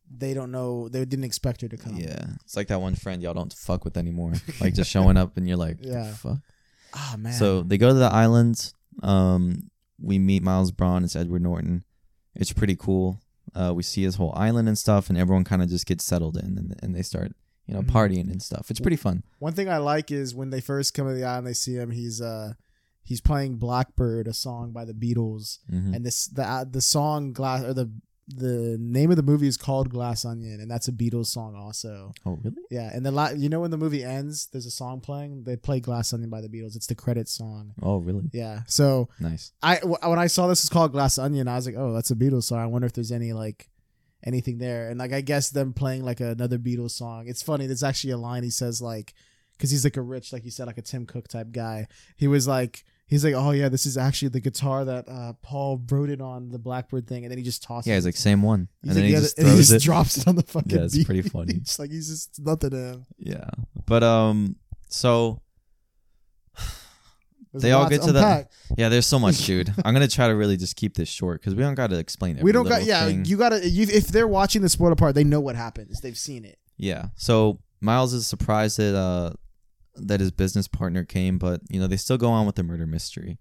S2: they don't know they didn't expect her to come.
S1: Yeah, it's like that one friend y'all don't fuck with anymore. Like just showing up and you're like,
S2: Yeah.
S1: yeah, fuck.
S2: Ah man.
S1: So they go to the island. Um, we meet Miles Braun. It's Edward Norton. It's pretty cool. Uh, we see his whole island and stuff, and everyone kind of just gets settled in, and, and they start, you know,
S2: Mhm.
S1: partying and stuff. It's pretty fun.
S2: One thing I like is when they first come to the island, they see him. He's uh, he's playing Blackbird, a song by the Beatles,
S1: hmm
S2: and this the uh, the song glass or the the name of the movie is called Glass Onion, and that's a Beatles song also.
S1: Oh, really?
S2: Yeah, and the la- you know when the movie ends, there's a song playing. They play Glass Onion by the Beatles. It's the credit song.
S1: Oh, really?
S2: Yeah, so
S1: Nice.
S2: I w- when I saw this was called Glass Onion, I was like, oh, that's a Beatles song. I wonder if there's any like anything there. And like I guess them playing like another Beatles song. It's funny. There's actually a line he says like, because he's like a rich, like you said, like a Tim Cook type guy. He was like. He's like, oh yeah, this is actually the guitar that uh, Paul wrote it on the Blackbird thing, and then he just tosses.
S1: Yeah,
S2: it.
S1: he's like same one,
S2: He's
S1: and then
S2: like,
S1: he
S2: yeah,
S1: just
S2: and he
S1: throws
S2: just
S1: it.
S2: drops it on the fucking.
S1: Yeah, it's
S2: beat.
S1: pretty funny.
S2: It's like he's just nothing to him.
S1: Yeah, but um, so
S2: There's
S1: They all
S2: lots
S1: get to the-
S2: unpack.
S1: yeah, there's so much, dude. I'm gonna try to really just keep this short because we don't got to explain every
S2: We don't got
S1: little
S2: yeah.
S1: thing.
S2: You gotta you, if they're watching the spoiler part, they know what happens. They've seen it.
S1: Yeah. So Miles is surprised that uh that his business partner came, but you know, they still go on with the murder mystery.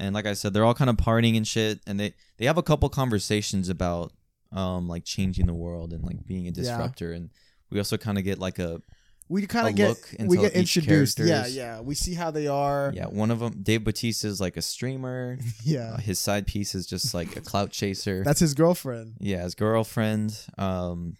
S1: And like I said, they're all kind of partying and shit and they they have a couple conversations about um like changing the world and like being a disruptor and we also kind of get like a
S2: We kind
S1: A
S2: of get
S1: look
S2: we
S1: into
S2: get
S1: each
S2: introduced. Yeah,
S1: character's-
S2: yeah. We see how they are.
S1: yeah, one of them Dave Bautista is like a streamer.
S2: Yeah.
S1: Uh, his side piece is just like a clout chaser.
S2: That's his girlfriend.
S1: yeah, his girlfriend um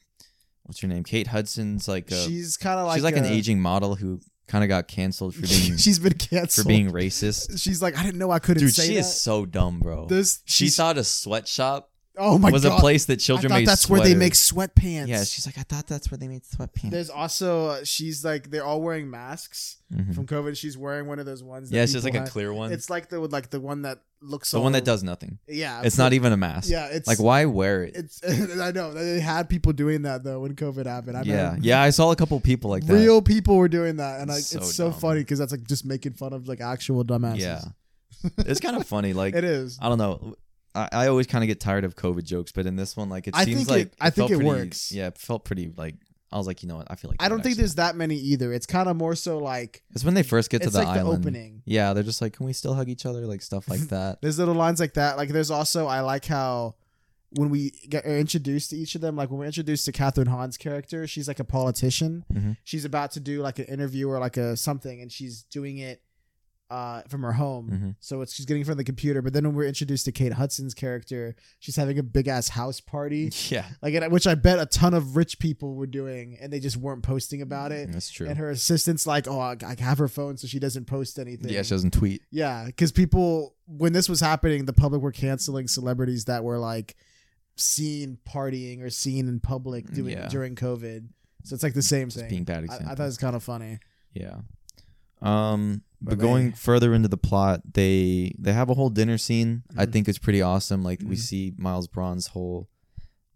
S1: what's her name? Kate Hudson's like a she's
S2: she's kind of like
S1: like, an
S2: a-
S1: aging model who kind of got canceled for being
S2: she's been
S1: for
S2: canceled
S1: being racist.
S2: She's like, I didn't know I couldn't
S1: Dude,
S2: say
S1: she
S2: that.
S1: is so dumb, bro.
S2: this
S1: she
S2: she's-
S1: thought a sweatshop
S2: Oh my
S1: was
S2: god!
S1: a place that
S2: I
S1: children
S2: thought
S1: made
S2: that's where they
S1: sweaters.
S2: make sweatpants.
S1: Yeah, she's like, I thought that's where they made sweatpants.
S2: There's also uh, she's like they're all wearing masks
S1: Mhm.
S2: from COVID. She's wearing one of those ones. That
S1: Yeah, it's just like
S2: people
S1: a
S2: have.
S1: clear one.
S2: It's like the like the one that looks
S1: the
S2: all-
S1: one that does nothing.
S2: Yeah,
S1: It's not even a mask.
S2: Yeah, it's
S1: like, why wear it?
S2: It's I know they had people doing that though when COVID happened. I
S1: yeah,
S2: remember
S1: yeah. I saw a couple people like that.
S2: real people were doing that, and like,
S1: So
S2: it's so
S1: dumb.
S2: funny because that's like just making fun of like actual dumbasses.
S1: yeah, it's kind of funny. Like,
S2: it is.
S1: I don't know. I, I always kind of get tired of COVID jokes, but in this one, like, it
S2: I
S1: seems
S2: think
S1: like
S2: it- I think
S1: felt
S2: it
S1: pretty-
S2: works.
S1: Yeah, it felt pretty like. I was like, you know what? I feel like
S2: I don't think
S1: this.
S2: there's that many either. It's kind of more so like
S1: It's when they first get to
S2: it's
S1: the
S2: like
S1: island.
S2: the opening.
S1: Yeah, they're just like, can we still hug each other? Like stuff like that.
S2: There's little lines like that. Like there's also I like how when we get are introduced to each of them, like when we're introduced to Catherine Hahn's character, she's like a politician.
S1: Mhm.
S2: She's about to do like an interview or like a something, and she's doing it uh, from her home.
S1: Mhm.
S2: So it's she's getting from the computer. But then when we're introduced to Kate Hudson's character, she's having a big ass house party,
S1: yeah,
S2: like and- which I bet a ton of rich people were doing, and they just weren't posting about it.
S1: that's true.
S2: And her assistant's like, "Oh, I I have her phone, so she doesn't post anything."
S1: Yeah, she doesn't tweet.
S2: Yeah, because people, when this was happening, the public were canceling celebrities that were like seen partying or seen in public doing
S1: Mm, Yeah.
S2: during COVID. So it's like the same
S1: Just
S2: thing.
S1: being bad
S2: I, I
S1: example.
S2: thought it was kind of funny.
S1: yeah. Um, but,
S2: But
S1: going
S2: they-
S1: further into the plot, they they have a whole dinner scene. I
S2: Mhm.
S1: think it's pretty awesome. Like we
S2: Mhm.
S1: see Miles Braun's whole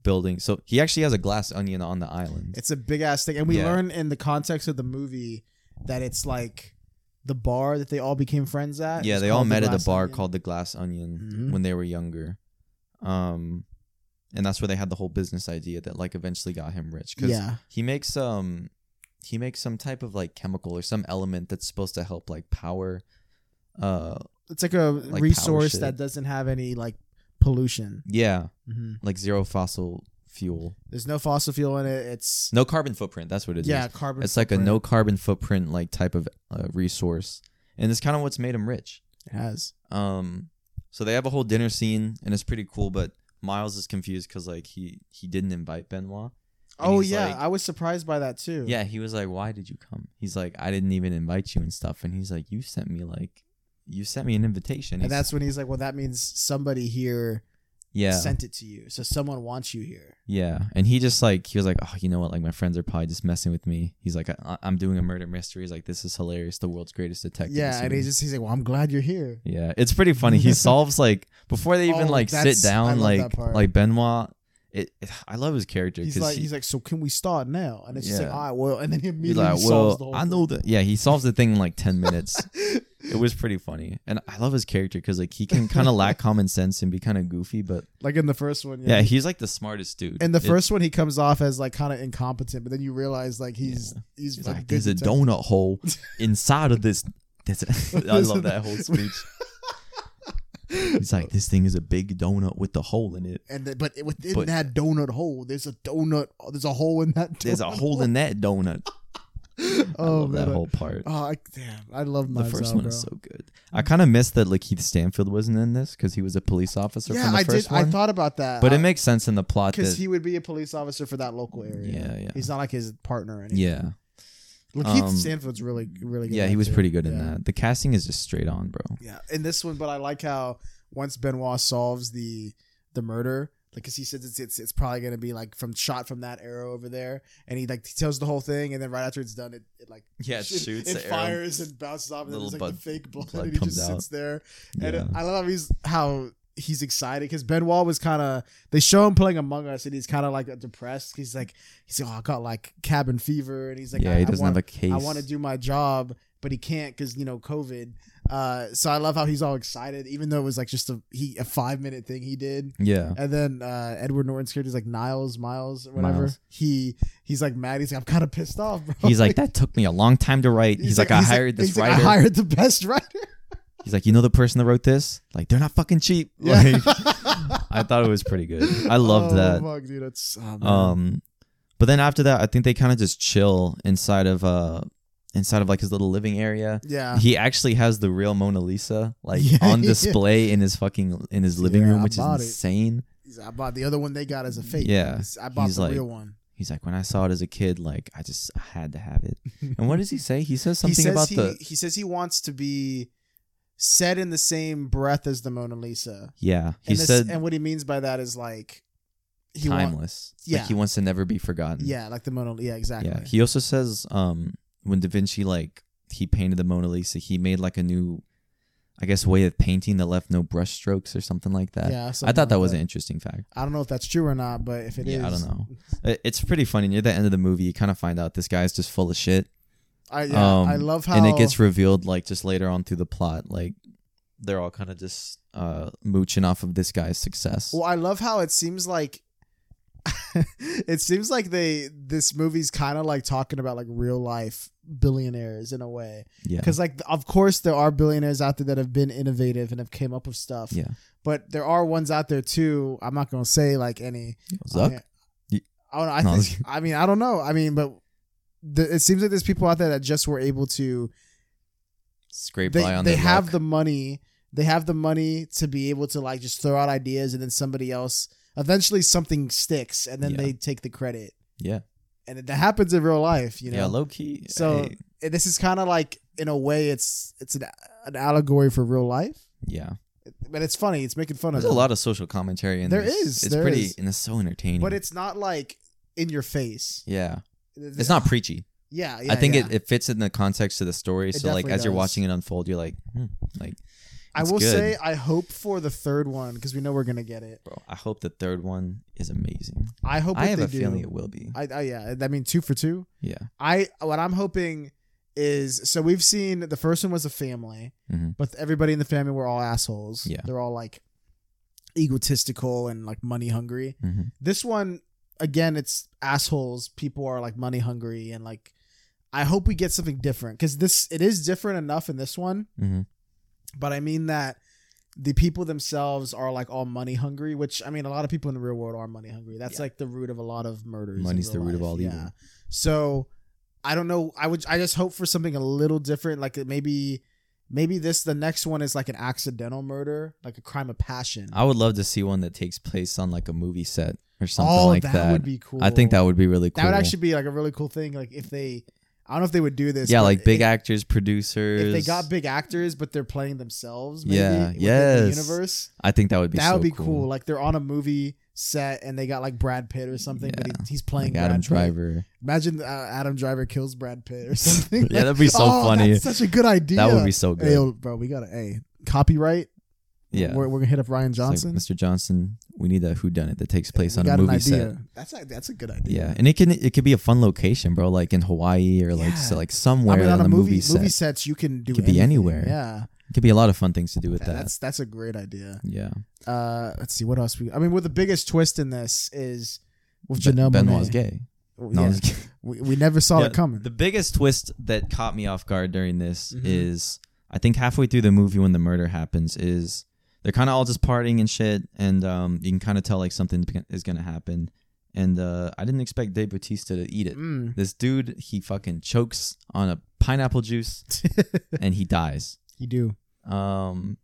S1: building. So he actually has a glass onion on the island.
S2: It's a big ass thing, and we
S1: Yeah.
S2: learn in the context of the movie that it's like the bar that they all became friends at.
S1: yeah,
S2: is
S1: they all
S2: called
S1: met at
S2: Glass
S1: the bar
S2: Onion.
S1: called the Glass Onion
S2: Mhm.
S1: when they were younger. Um, and that's where they had the whole business idea that like eventually got him rich. Cause
S2: Yeah,
S1: he makes um he makes some type of like chemical or some element that's supposed to help like power uh
S2: it's like a
S1: power
S2: resource
S1: shit.
S2: that doesn't have any like pollution.
S1: yeah
S2: hmm
S1: like zero fossil fuel
S2: There's no fossil fuel in it. It's
S1: no carbon footprint that's what it is.
S2: yeah, carbon.
S1: it's like a
S2: footprint.
S1: no carbon footprint like type of uh, resource and it's kind of what's made him rich
S2: It has.
S1: um so they have a whole dinner scene and it's pretty cool but miles is confused because like he he didn't invite benoit And
S2: Oh
S1: he's
S2: yeah,
S1: like-
S2: I was surprised by that too.
S1: yeah he was like why did you come he's like i didn't even invite you and stuff and he's like you sent me like you sent me an invitation
S2: and
S1: He's-
S2: that's when he's like, "Well, that means somebody here
S1: yeah
S2: sent it to you, so someone wants you here."
S1: Yeah, and he just like he was like, oh, you know what? Like my friends are probably just messing with me. He's like, I- I- I'm doing a murder mystery. He's like, this is hilarious. The world's greatest detective. is
S2: yeah, and
S1: here."
S2: he's just he's like, "Well, I'm glad you're here."
S1: yeah, it's pretty funny. He solves like before they even
S2: Oh,
S1: like
S2: that's-
S1: sit
S2: I
S1: down,
S2: love
S1: like
S2: that part.
S1: like Benoit. It, it- I love his character
S2: He's
S1: because
S2: like,
S1: he,
S2: he's like, "So can we start now?" And it's just like,
S1: Yeah.
S2: "All right, well," and then he
S1: he's
S2: immediately
S1: like,
S2: solves the
S1: well,
S2: whole.
S1: I know that. Yeah, he solves the thing in like ten minutes. it was pretty funny, and I love his character because like he can kind of lack common sense and be kind of goofy, but
S2: like in the first one,
S1: yeah, he's like the smartest dude.
S2: in the
S1: It-
S2: first one, he comes off as like kind of incompetent, but then you realize like he's he's,
S1: He's
S2: like,
S1: like,
S2: good
S1: there's a
S2: detective."
S1: donut hole inside of this. There's a, I love that whole speech. He's like, this thing is a big donut with a hole in it.
S2: and the, but within
S1: But-
S2: that donut hole, there's a donut. There's a hole in that. Donut.
S1: There's a hole in that donut. I
S2: Oh,
S1: love that
S2: man.
S1: whole part.
S2: Oh, I, damn! I love
S1: The
S2: my
S1: first
S2: Zao,
S1: one
S2: bro.
S1: is so good. I kind of missed that like Keith Stanfield wasn't in this because he was a police officer
S2: yeah,
S1: from the
S2: I did.
S1: first one.
S2: I thought about that,
S1: but it makes sense in the plot that
S2: because he would be a police officer for that local area.
S1: Yeah, yeah.
S2: He's not like his partner. Or anything.
S1: yeah,
S2: Like, Keith
S1: Um,
S2: Stanfield's really, really. good
S1: yeah,
S2: at
S1: he
S2: it,
S1: was
S2: too.
S1: pretty good in
S2: Yeah.
S1: that. The casting is just straight on, bro.
S2: Yeah, in this one, but I like how once Benoit solves the the murder, like because he says it's, it's it's probably gonna be like from shot from that arrow over there, and he like he tells the whole thing, and then right after it's done, it, it like
S1: Yeah,
S2: shit- it fires and bounces off, and then
S1: Little
S2: there's like
S1: blood-
S2: the fake blood,
S1: blood
S2: and he
S1: comes
S2: just
S1: out.
S2: sits there.
S1: Yeah.
S2: And I love how he's how he's excited because Benoit was kind of they show him playing Among Us, and he's kind of like depressed. He's like he's like, oh, I got like cabin fever, and he's like,
S1: yeah,
S2: I,
S1: he doesn't
S2: I want,
S1: have a case.
S2: I want to do my job, but he can't because you know COVID. Uh, so I love how he's all excited, even though it was like just a he a five minute thing he did.
S1: yeah,
S2: And then uh, Edward Norton's character is like Niles, Miles, or whatever.
S1: Miles.
S2: He he's like mad. He's like, I'm kind of pissed off, bro.
S1: he's like that took me a long time to write. He's, like, I
S2: he's
S1: hired this
S2: he's
S1: writer.
S2: Like, I hired the best writer.
S1: He's like, you know the person that wrote this? Like, they're not fucking cheap. Like, I thought it was pretty good. I loved
S2: Oh,
S1: that.
S2: fuck, dude. That's oh, man.
S1: Um, but then after that, I think they kind of just chill inside of uh inside of like his little living area.
S2: yeah.
S1: He actually has the real Mona Lisa like
S2: Yeah,
S1: on
S2: yeah.
S1: display in his fucking in his living
S2: Yeah,
S1: room,
S2: I
S1: which is
S2: bought it.
S1: insane.
S2: He's- I bought the other one they got as a fake.
S1: Yeah,
S2: It's- I bought
S1: he's
S2: the
S1: like-
S2: real one.
S1: He's like, when I saw it as a kid, like I just I had to have it. And what does he say? He says something
S2: he says
S1: about
S2: he,
S1: the
S2: he says he wants to be said in the same breath as the Mona Lisa.
S1: yeah. He
S2: and this-
S1: said
S2: and what he means by that is like he want-
S1: timeless.
S2: yeah.
S1: Like he wants to never be forgotten.
S2: yeah, like the Mona. Yeah, exactly.
S1: Yeah. He also says um when Da Vinci like he painted the Mona Lisa, he made like a new I guess way of painting that left no brush strokes or something like that.
S2: Yeah,
S1: I
S2: something
S1: thought that
S2: like
S1: was an interesting fact.
S2: I don't know if that's true or not, but if it is,
S1: yeah, I don't know. It- It's pretty funny. Near the end of the movie, you kind of find out this guy's just full of shit,
S2: I yeah,
S1: Um,
S2: I love how
S1: and it gets revealed like just later on through the plot. Like they're all kind of just uh, mooching off of this guy's success.
S2: Well, I love how it seems like it seems like they this movie's kind of like talking about like real life billionaires in a way
S1: yeah,
S2: because like of course there are billionaires out there that have been innovative and have came up with stuff
S1: yeah.
S2: but there are ones out there too i'm not gonna say like any Oh,
S1: Zuck,
S2: I don't know. I,
S1: No, I was
S2: think, I mean, I don't know. I mean, but the, it seems like there's people out there that just were able to.
S1: scrape by
S2: They
S1: on
S2: they
S1: their
S2: have
S1: luck.
S2: the money. They have the money to be able to like just throw out ideas, and then somebody else eventually something sticks, and then
S1: Yeah.
S2: they take the credit.
S1: yeah,
S2: And that happens in real life, you know.
S1: yeah, low key.
S2: So-
S1: hey,
S2: and this is kind of like in a way, it's it's an an allegory for real life,
S1: yeah,
S2: but it's funny. It's making fun
S1: there's
S2: of
S1: a
S2: it.
S1: lot of social commentary in
S2: There
S1: this.
S2: is,
S1: It's
S2: there
S1: pretty
S2: is.
S1: and it's so entertaining.
S2: but it's not like in your face.
S1: yeah, it's not preachy.
S2: Yeah, yeah
S1: I think
S2: yeah.
S1: it, it fits in the context of the story.
S2: It
S1: so like as
S2: definitely
S1: you're
S2: does.
S1: watching it unfold, you're like, hmm, like
S2: I
S1: it's
S2: will
S1: good.
S2: say I hope for the third one because we know we're gonna get it.
S1: bro. I hope the third one is amazing.
S2: I hope
S1: I
S2: that
S1: have
S2: they
S1: a
S2: do.
S1: feeling it will be.
S2: I, I yeah, I mean two for two.
S1: yeah.
S2: I what I'm hoping is so we've seen the first one was a family,
S1: Mhm.
S2: but everybody in the family were all assholes.
S1: Yeah.
S2: they're all like egotistical and like money hungry.
S1: hmm
S2: This one again, it's assholes. People are like money hungry and like I hope we get something different because this it is different enough in this one.
S1: hmm
S2: but I mean that the people themselves are like all money hungry, which I mean a lot of people in the real world are money hungry. That's
S1: Yeah.
S2: like the root of a lot of murders. in
S1: Money's the
S2: real
S1: root of
S2: life,
S1: all evil.
S2: So I don't know. I would. I just hope for something a little different. Like maybe, maybe this the next one is like an accidental murder, like a crime of passion.
S1: I would love to see one that takes place on like a movie set or something
S2: Oh,
S1: like that.
S2: that, would be cool.
S1: I think that would be really cool.
S2: that would actually be like a really cool thing. Like if they, I don't know if they would do this.
S1: yeah,
S2: but
S1: like big
S2: if,
S1: actors, producers.
S2: if they got big actors, but they're playing themselves. Maybe,
S1: Yeah,
S2: within The
S1: yes.
S2: universe.
S1: I think that would be
S2: that
S1: so
S2: would be cool. Like they're on a movie set and they got like Brad Pitt or something, but
S1: Yeah.
S2: he, he's
S1: Like
S2: playing Brad
S1: Adam
S2: Pitt.
S1: Driver.
S2: Imagine uh, Adam Driver kills Brad Pitt or something.
S1: Yeah, that'd be so
S2: Oh,
S1: funny.
S2: That's such a good idea.
S1: That would be so good.
S2: Hey, yo, bro, we got to hey copyright.
S1: yeah.
S2: we're, we're gonna hit up Ryan
S1: It's like,
S2: Johnson.
S1: Mr. Johnson, we need a whodunit that takes place
S2: We
S1: on a
S2: got an
S1: movie set.
S2: idea. That's a, that's a good idea.
S1: Yeah, and it can it could be a fun location, bro. Like in Hawaii or like
S2: Yeah.
S1: so like somewhere
S2: I mean, on a movie
S1: set.
S2: movie sets, you can do
S1: Could be
S2: anything.
S1: anywhere
S2: Yeah,
S1: It could be a lot of fun things to do with
S2: Yeah,
S1: that.
S2: that's that's a great idea.
S1: yeah,
S2: Uh, let's see what else we. I mean, well, the biggest twist in this is with
S1: Ben-
S2: Janelle
S1: Benoit's
S2: Monáe.
S1: gay.
S2: Well,
S1: No,
S2: yeah.
S1: I'm just kidding.
S2: we, we never saw
S1: Yeah,
S2: it coming.
S1: The biggest twist that caught me off guard during this
S2: Mhm.
S1: is I think halfway through the movie when the murder happens is they're kind of all just partying and shit, and um, you can kind of tell like something is gonna happen. And uh, I didn't expect Dave Bautista to eat it.
S2: Mm.
S1: This dude, he fucking chokes on a pineapple juice and he dies.
S2: you do.
S1: Um,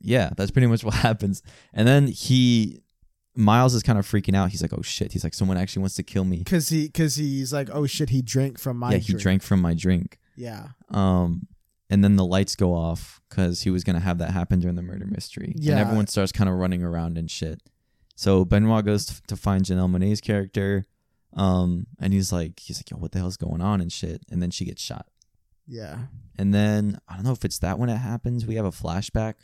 S1: yeah, that's pretty much what happens. And then he, Miles is kind of freaking out. He's like, "Oh shit!" He's like, "Someone actually wants to kill me."
S2: Cause he, cause he's like, oh shit, he drank from my.
S1: yeah,
S2: drink.
S1: he drank from my drink.
S2: Yeah,
S1: Um, and then the lights go off because he was gonna have that happen during the murder mystery.
S2: Yeah.
S1: and everyone starts kind of running around and shit. So Benoit goes to, to find Janelle Monet's character, um, and he's like, he's like, "Yo, what the hell's going on?" and shit. And then she gets shot.
S2: yeah.
S1: And then I don't know if it's that when it happens. We have a flashback.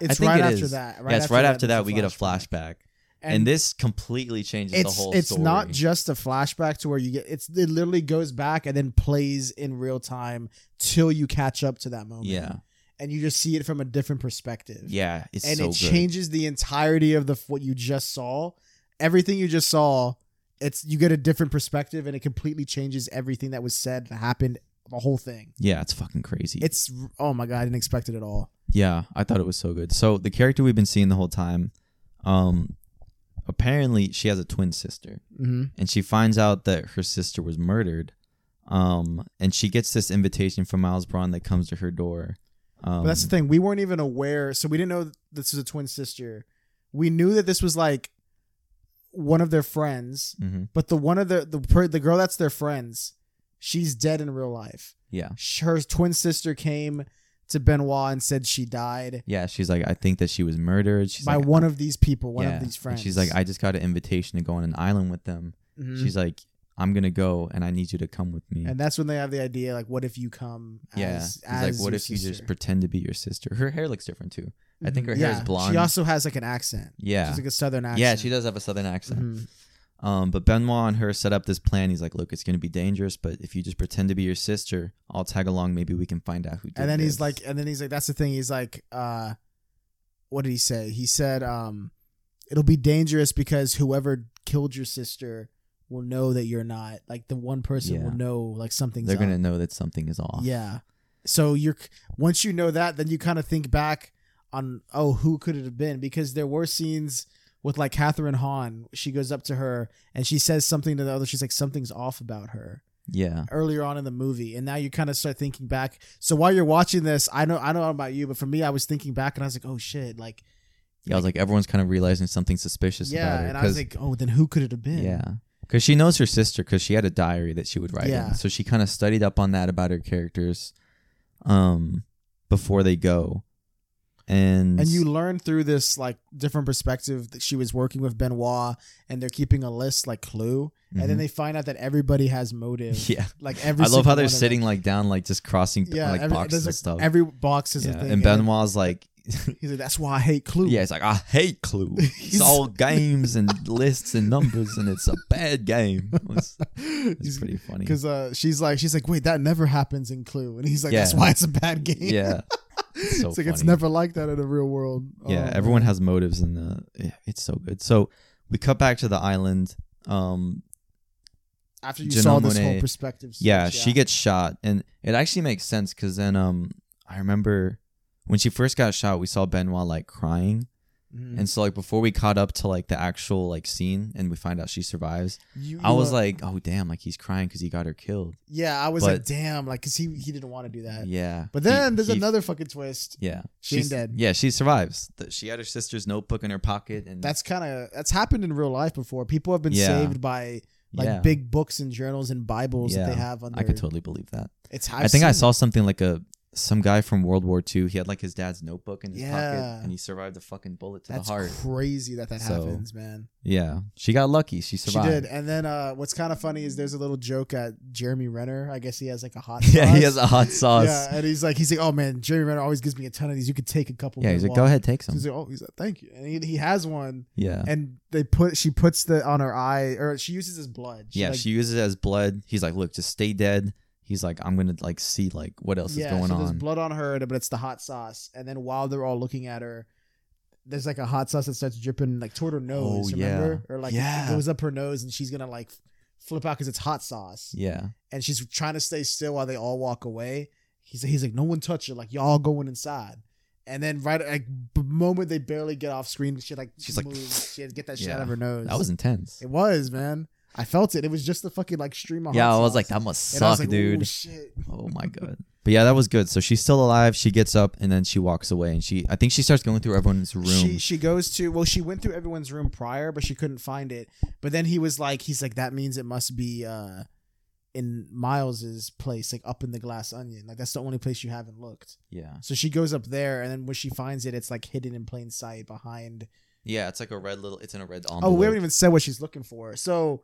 S2: It's
S1: think
S2: right
S1: it
S2: after
S1: is.
S2: that.
S1: yeah, it's right after that.
S2: there's
S1: we get a flashback, and, this completely changes
S2: it's
S1: the whole.
S2: it's
S1: story.
S2: not just a flashback to where you get it's it literally goes back and then plays in real time till you catch up to that moment.
S1: Yeah,
S2: and you just see it from a different perspective.
S1: yeah. It's
S2: and
S1: so
S2: it
S1: good.
S2: changes the entirety of the what you just saw. Everything you just saw, it's you get a different perspective, and it completely changes everything that was said, that happened, the whole thing.
S1: Yeah, it's fucking crazy.
S2: It's oh my god, I didn't expect it at all.
S1: Yeah, I thought it was so good. So the character we've been seeing the whole time, um, apparently she has a twin sister,
S2: Mm-hmm.
S1: and she finds out that her sister was murdered, um, and she gets this invitation from Miles Braun that comes to her door. Um,
S2: But that's the thing, we weren't even aware, so we didn't know that this was a twin sister. We knew that this was like one of their friends,
S1: mhm.
S2: but the one of the the per- the girl that's their friends, she's dead in real life.
S1: Yeah,
S2: Sh- Her twin sister came to Benoit and said she died.
S1: yeah. She's like, I think that she was murdered. She's
S2: by
S1: like,
S2: one of these people, one
S1: yeah.
S2: of these
S1: And
S2: friends.
S1: she's like, I just got an invitation to go on an island with them.
S2: Mhm.
S1: She's like, I'm gonna go, and I need you to come with me.
S2: and that's when they have the idea, like, what if you come? As,
S1: yeah, he's
S2: as
S1: like, what
S2: your
S1: if you just
S2: sister?" Mm-hmm.
S1: pretend to be your sister? Her hair looks different too. I think her hair is
S2: Yeah.
S1: blonde.
S2: She also has like an accent.
S1: Yeah,
S2: She's like a southern accent.
S1: Yeah, she does have a southern accent.
S2: Mhm.
S1: Um, but Benoit and her set up this plan. He's like, "Look, it's gonna be dangerous, but if you just pretend to be your sister, I'll tag along. Maybe we can find out who." Did
S2: And then he's
S1: this."
S2: like, and then he's like, that's the thing. He's like, uh, what did he say? He said, um, it'll be dangerous because whoever killed your sister will know that you're not like the one person
S1: Yeah.
S2: will know like something's
S1: "They're
S2: up.
S1: gonna know that something is off."
S2: Yeah. So you're once you know that, then you kind of think back on oh who could it have been because there were scenes with like Catherine Hahn. She goes up to her and she says something to the other. She's like something's off about her
S1: yeah,
S2: earlier on in the movie, and now you kind of start thinking back. So while you're watching this, I know I don't know about you, but for me, I was thinking back and I was like oh shit, like
S1: yeah. I was like, everyone's kind of realizing something suspicious about
S2: yeah,
S1: her.
S2: and I was
S1: 'cause-
S2: like oh then who could it have been?
S1: yeah, because she knows her sister because she had a diary that she would write
S2: Yeah.
S1: in. So she kind of studied up on that about her characters, um, before they go, and
S2: And you learn through this like different perspective that she was working with Benoit, and they're keeping a list like Clue, and then
S1: Mhm.
S2: they find out that everybody has motive.
S1: yeah.
S2: Like every,
S1: I love how
S2: single
S1: they're
S2: one of
S1: sitting
S2: them.
S1: like down, like just crossing
S2: yeah,
S1: like
S2: every,
S1: boxes
S2: there's,
S1: and
S2: like,
S1: stuff.
S2: Every box is a
S1: yeah.
S2: thing.
S1: And Benoit's like,
S2: then he's like, "That's why I hate Clue."
S1: yeah, it's like I hate Clue. It's all games and lists and numbers, and it's a bad game. It's, it's pretty funny.
S2: Because uh, she's like, she's like, "Wait, that never happens in Clue," and he's like,
S1: Yeah.
S2: "That's why it's a bad game."
S1: Yeah,
S2: it's,
S1: so
S2: like it's
S1: funny.
S2: never like that in the real world.
S1: yeah.
S2: Oh,
S1: everyone has motives, and uh, yeah, it's so good. So we cut back to the island. Um,
S2: After you
S1: Janelle
S2: saw this
S1: Monáe-
S2: whole perspective,
S1: yeah,
S2: switch,
S1: she gets shot, and it actually makes sense because then um, I remember when she first got shot, we saw Benoit like crying,
S2: Mhm.
S1: and so like before we caught up to like the actual like scene, and we find out she survives.
S2: You-
S1: I
S2: you
S1: was
S2: were-
S1: like, oh damn, like he's crying because he got her killed.
S2: yeah, I was
S1: but-
S2: like, damn, like, cause he he didn't want to do that.
S1: Yeah,
S2: Uh, But then
S1: He-
S2: there's
S1: he- Mm.
S2: another fucking twist.
S1: Yeah,
S2: She ain't dead.
S1: Yeah, she survives. The- She had her sister's notebook in her pocket, and
S2: That's kind of that's happened in real life before. People have been
S1: Yeah.
S2: saved by like
S1: yeah,
S2: big books and journals and Bibles that
S1: Yeah.
S2: they have on their.
S1: I could totally believe that.
S2: It's
S1: i
S2: I've
S1: think I
S2: seen
S1: saw something like a some guy from World War II. He had like his dad's notebook in his
S2: Yeah.
S1: pocket, and he survived a fucking bullet to
S2: That's
S1: the heart.
S2: crazy that that
S1: So,
S2: happens, man.
S1: yeah, she got lucky. She
S2: She
S1: survived.
S2: did. And then uh, what's kind of funny is there's a little joke at Jeremy Renner. I guess he has like a hot.
S1: Yeah, he
S2: sauce.
S1: has a hot sauce.
S2: Yeah, and he's like, he's like, oh man, Jeremy Renner always gives me a ton of these. You could take a couple.
S1: Yeah,
S2: good
S1: he's like,
S2: ones."
S1: go ahead, take some.
S2: He's like, oh, he's like, thank you. And he, he has one,
S1: Yeah,
S2: and they put she puts the on her eye, or she uses his blood.
S1: yeah.
S2: like,
S1: she uses it as blood. He's like, look, just stay dead. He's like, I'm gonna like see like what else is going
S2: so There's
S1: on.
S2: blood on her, but it's the hot sauce. And then while they're all looking at her, there's like a hot sauce that starts dripping like toward her nose.
S1: Oh, yeah.
S2: remember? Or like
S1: Yeah.
S2: it goes up her nose, and she's gonna like flip out because it's hot sauce.
S1: yeah,
S2: And she's trying to stay still while they all walk away. He's he's like, no one touch her. Like y'all going inside. And then right like the moment they barely get off screen, she like
S1: She's like,
S2: moves. she had to get that shit out
S1: Yeah.
S2: of her nose.
S1: That was intense.
S2: it was man. I felt it. It was just the fucking like stream of
S1: Yeah,
S2: hot
S1: I was
S2: sauce.
S1: like, that must
S2: And I was
S1: suck,
S2: like,
S1: dude.
S2: "Ooh, shit.
S1: Oh my god. But yeah, that was good. So she's still alive. She gets up and then she walks away. And she, I think she starts going through everyone's room.
S2: She she goes to well, she went through everyone's room prior, but she couldn't find it. But then he was like, he's like, that means it must be uh in Miles's place, like up in the glass onion. Like that's the only place you haven't looked.
S1: yeah,
S2: So she goes up there, and then when she finds it, it's like hidden in plain sight behind.
S1: yeah. It's like a red little. It's in a red envelope.
S2: Oh, we haven't even said what she's looking for. So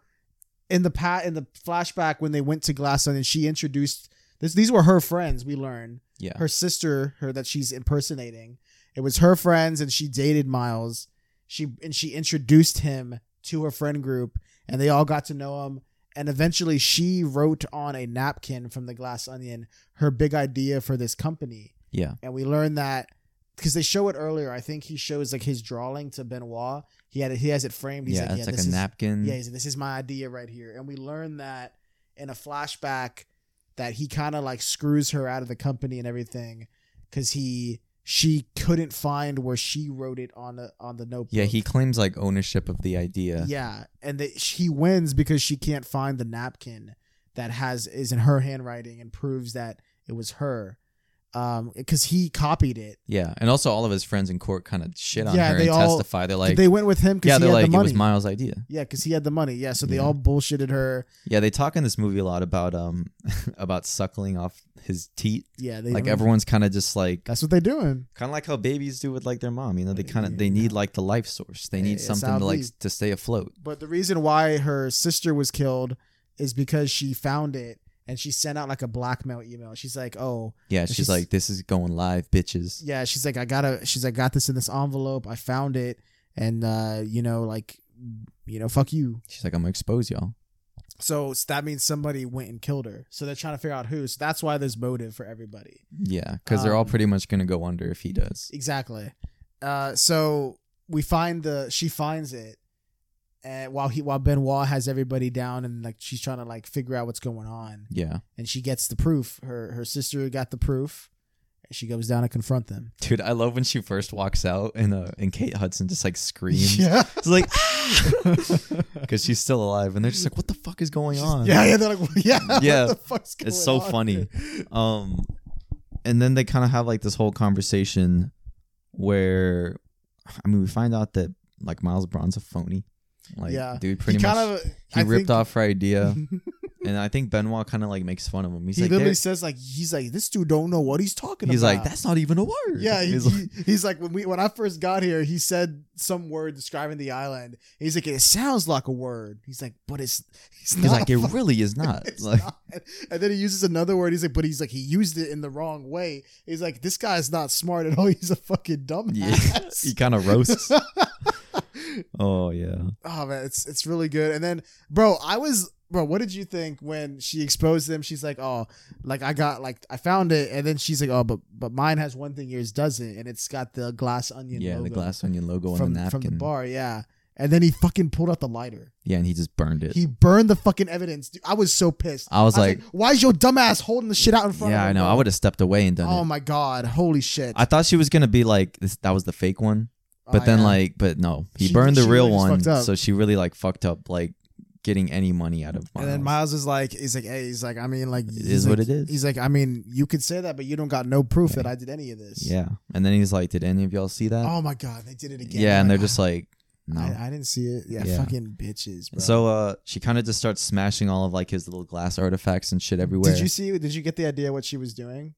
S2: in the pat in the flashback when they went to glass onion, she introduced this. These were her friends. We learn
S1: yeah,
S2: her sister her that she's impersonating it was her friends and she dated miles she and she introduced him to her friend group and they all got to know him and eventually she wrote on a napkin from the glass onion her big idea for this company
S1: yeah,
S2: and we learned that because they show it earlier i think he shows like his drawing to benoit he had it he has it framed he's
S1: yeah.
S2: like yeah
S1: it's like a
S2: this is,
S1: napkin.
S2: yeah, he's like, this is my idea right here. And we learn that in a flashback that he kind of like screws her out of the company and everything because he she couldn't find where she wrote it on the on the notebook.
S1: yeah, he claims like ownership of the idea.
S2: yeah, and that she wins because she can't find the napkin that has is in her handwriting and proves that it was her. Um, because he copied it.
S1: Yeah, and also all of his friends in court kind of shit on
S2: Yeah,
S1: her
S2: they
S1: and
S2: all-
S1: testify. They're like,
S2: they went with him because
S1: yeah,
S2: he
S1: they're
S2: had
S1: like
S2: the
S1: it
S2: money.
S1: was Miles' idea.
S2: yeah, because he had the money. Yeah, so they
S1: Yeah.
S2: all bullshitted her.
S1: Yeah, they talk in this movie a lot about um about suckling off his teat.
S2: Yeah, they
S1: Like everyone's kind of just like
S2: That's what they're doing.
S1: kind of like how babies do with like their mom. You know, they kind of they
S2: Yeah.
S1: need like the life source. They need
S2: It's
S1: something
S2: how
S1: to like
S2: we-
S1: s- to stay afloat.
S2: But the reason why her sister was killed is because she found it and she sent out like a blackmail email. She's like, "Oh,
S1: Yeah,
S2: And
S1: she's,
S2: she's-
S1: like, this is going live, bitches.
S2: yeah." She's like, "I gotta." She's like, "Got this in this envelope. I found it, and uh, you know, like, you know, fuck you."
S1: She's like, I'm gonna expose y'all.
S2: So s- that means somebody went and killed her. So they're trying to figure out who. So that's why there's motive for everybody.
S1: Yeah, because they're all
S2: Um, e
S1: pretty much gonna go under if he does.
S2: Exactly. Uh, so we find the she finds it, and while he while Benoit has everybody down and like she's trying to like figure out what's going on.
S1: Yeah,
S2: and she gets the proof. Her her sister got the proof. And she goes down to confront them.
S1: dude, I love when she first walks out and uh and Kate Hudson just like screams. It's like because she's still alive, and they're just like, what the fuck is going on?
S2: yeah, yeah. They're like, yeah,
S1: Yeah.
S2: What the fuck's going
S1: It's so
S2: on
S1: funny.
S2: here?
S1: Um, and then they kind of have like this whole conversation where, I mean, we find out that like Miles Brown's a phony. Like,
S2: Yeah.
S1: dude, pretty
S2: he
S1: much
S2: kind of
S1: he
S2: I
S1: ripped
S2: think-
S1: off her idea, and I think Benoit kind of like makes fun of him. He's
S2: he
S1: like,
S2: literally
S1: "There-
S2: says like he's like this dude don't know what he's talking
S1: he's
S2: about.
S1: like, that's not even a word.
S2: yeah. He,
S1: he's
S2: he-
S1: like,
S2: he's like when we when I first got here, he said some word describing the island. He's like it sounds like a word. He's like but it's it's
S1: he's
S2: not
S1: like,
S2: a
S1: it
S2: fucking
S1: really is not.
S2: It's
S1: like,
S2: not. And then he uses another word. He's like, but he's like, he used it in the wrong way. He's like, this guy's not smart at all. He's a fucking
S1: yeah, he
S2: dumbass.
S1: kind of roasts. oh yeah,
S2: oh man, it's it's really good. And then, bro, I was bro. What did you think when she exposed them? She's like, oh, like I got like I found it. And then she's like, oh, but but mine has one thing, yours doesn't, and it's got the glass onion.
S1: yeah, the
S2: logo
S1: glass onion logo on
S2: from
S1: the napkin.
S2: from the bar. Yeah. And then he fucking pulled out the lighter.
S1: Yeah, and he just burned it.
S2: He burned the fucking evidence. Dude, I was so pissed.
S1: I was like-
S2: why's your dumbass holding the shit out in front of
S1: yeah,
S2: him?
S1: I know.
S2: bro?"
S1: I would have stepped away and done
S2: Oh
S1: it.
S2: my god! Holy shit!
S1: I thought she was gonna be like this, that was the fake one, but
S2: Oh,
S1: then
S2: yeah.
S1: like, but no, he
S2: She-
S1: burned the
S2: she
S1: real
S2: really just
S1: one,
S2: fucked up.
S1: so she really like fucked up, like getting any money out of. Miles.
S2: and then Miles is like, he's like, hey, he's like, I mean, like,
S1: It
S2: he's
S1: is what
S2: like-
S1: it is.
S2: He's like, I mean, you could say that, but you don't got no proof that
S1: Right.
S2: I did any of this.
S1: yeah, and then he's like, "Did any of y'all see that?"
S2: Oh my god, they did it again.
S1: yeah, and they're
S2: Like,
S1: just like, "No."
S2: I, I didn't see it. Yeah,
S1: Yeah.
S2: fucking bitches, bro.
S1: so uh, she kind of just starts smashing all of like his little glass artifacts and shit everywhere.
S2: did you see? Did you get the idea what she was doing?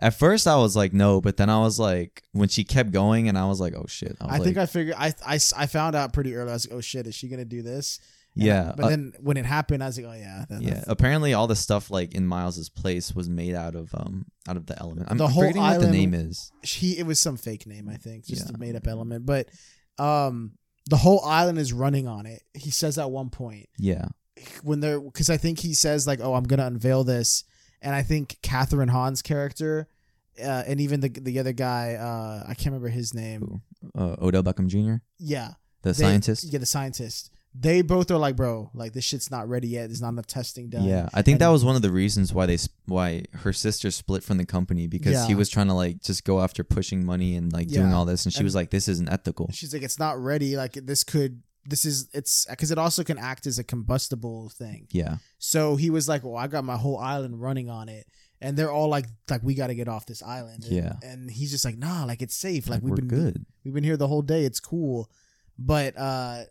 S1: At first, I was like, "No," but then I was like, when she kept going, and I was like, "Oh shit!" I, was
S2: I
S1: like,
S2: think I figured. I, I I found out pretty early. I was like, oh shit, is she gonna do this? And I-
S1: yeah,
S2: but
S1: uh,
S2: then when it happened, I was like, oh yeah, that,
S1: yeah. Apparently, all the stuff like in Miles's place was made out of um out of the element. I'm,
S2: The
S1: I'm
S2: whole
S1: forgetting what the
S2: island-
S1: name is.
S2: he it was some fake name i think just
S1: Yeah.
S2: a made up element but um the whole island is running on it he says at one point
S1: Yeah.
S2: when they're because i think he says like oh i'm gonna unveil this and i think catherine hahn's character uh, and even the the other guy uh i can't remember his name
S1: Who? Uh, Odell Beckham Jr.,
S2: yeah
S1: the
S2: they-
S1: scientist.
S2: yeah the scientist they both are like, bro, like this shit's not ready yet. There's not enough testing done.
S1: Yeah, I think that
S2: And-
S1: was one of the reasons why they sp- why her sister split from the company because he
S2: Yeah.
S1: was trying to like just go after pushing money and like doing
S2: Yeah.
S1: all this, and she
S2: And-
S1: was like, "This isn't ethical."
S2: She's like, it's not ready. Like this could, this is, it's because it also can act as a combustible thing.
S1: Yeah,
S2: So he was like, well, I got my whole island running on it. And they're all like, like we got to get off this island. And-
S1: Yeah.
S2: And he's just like, nah, like it's safe. Like,
S1: like,
S2: we've
S1: we're
S2: been
S1: good.
S2: We've been here the whole day. It's cool. But uh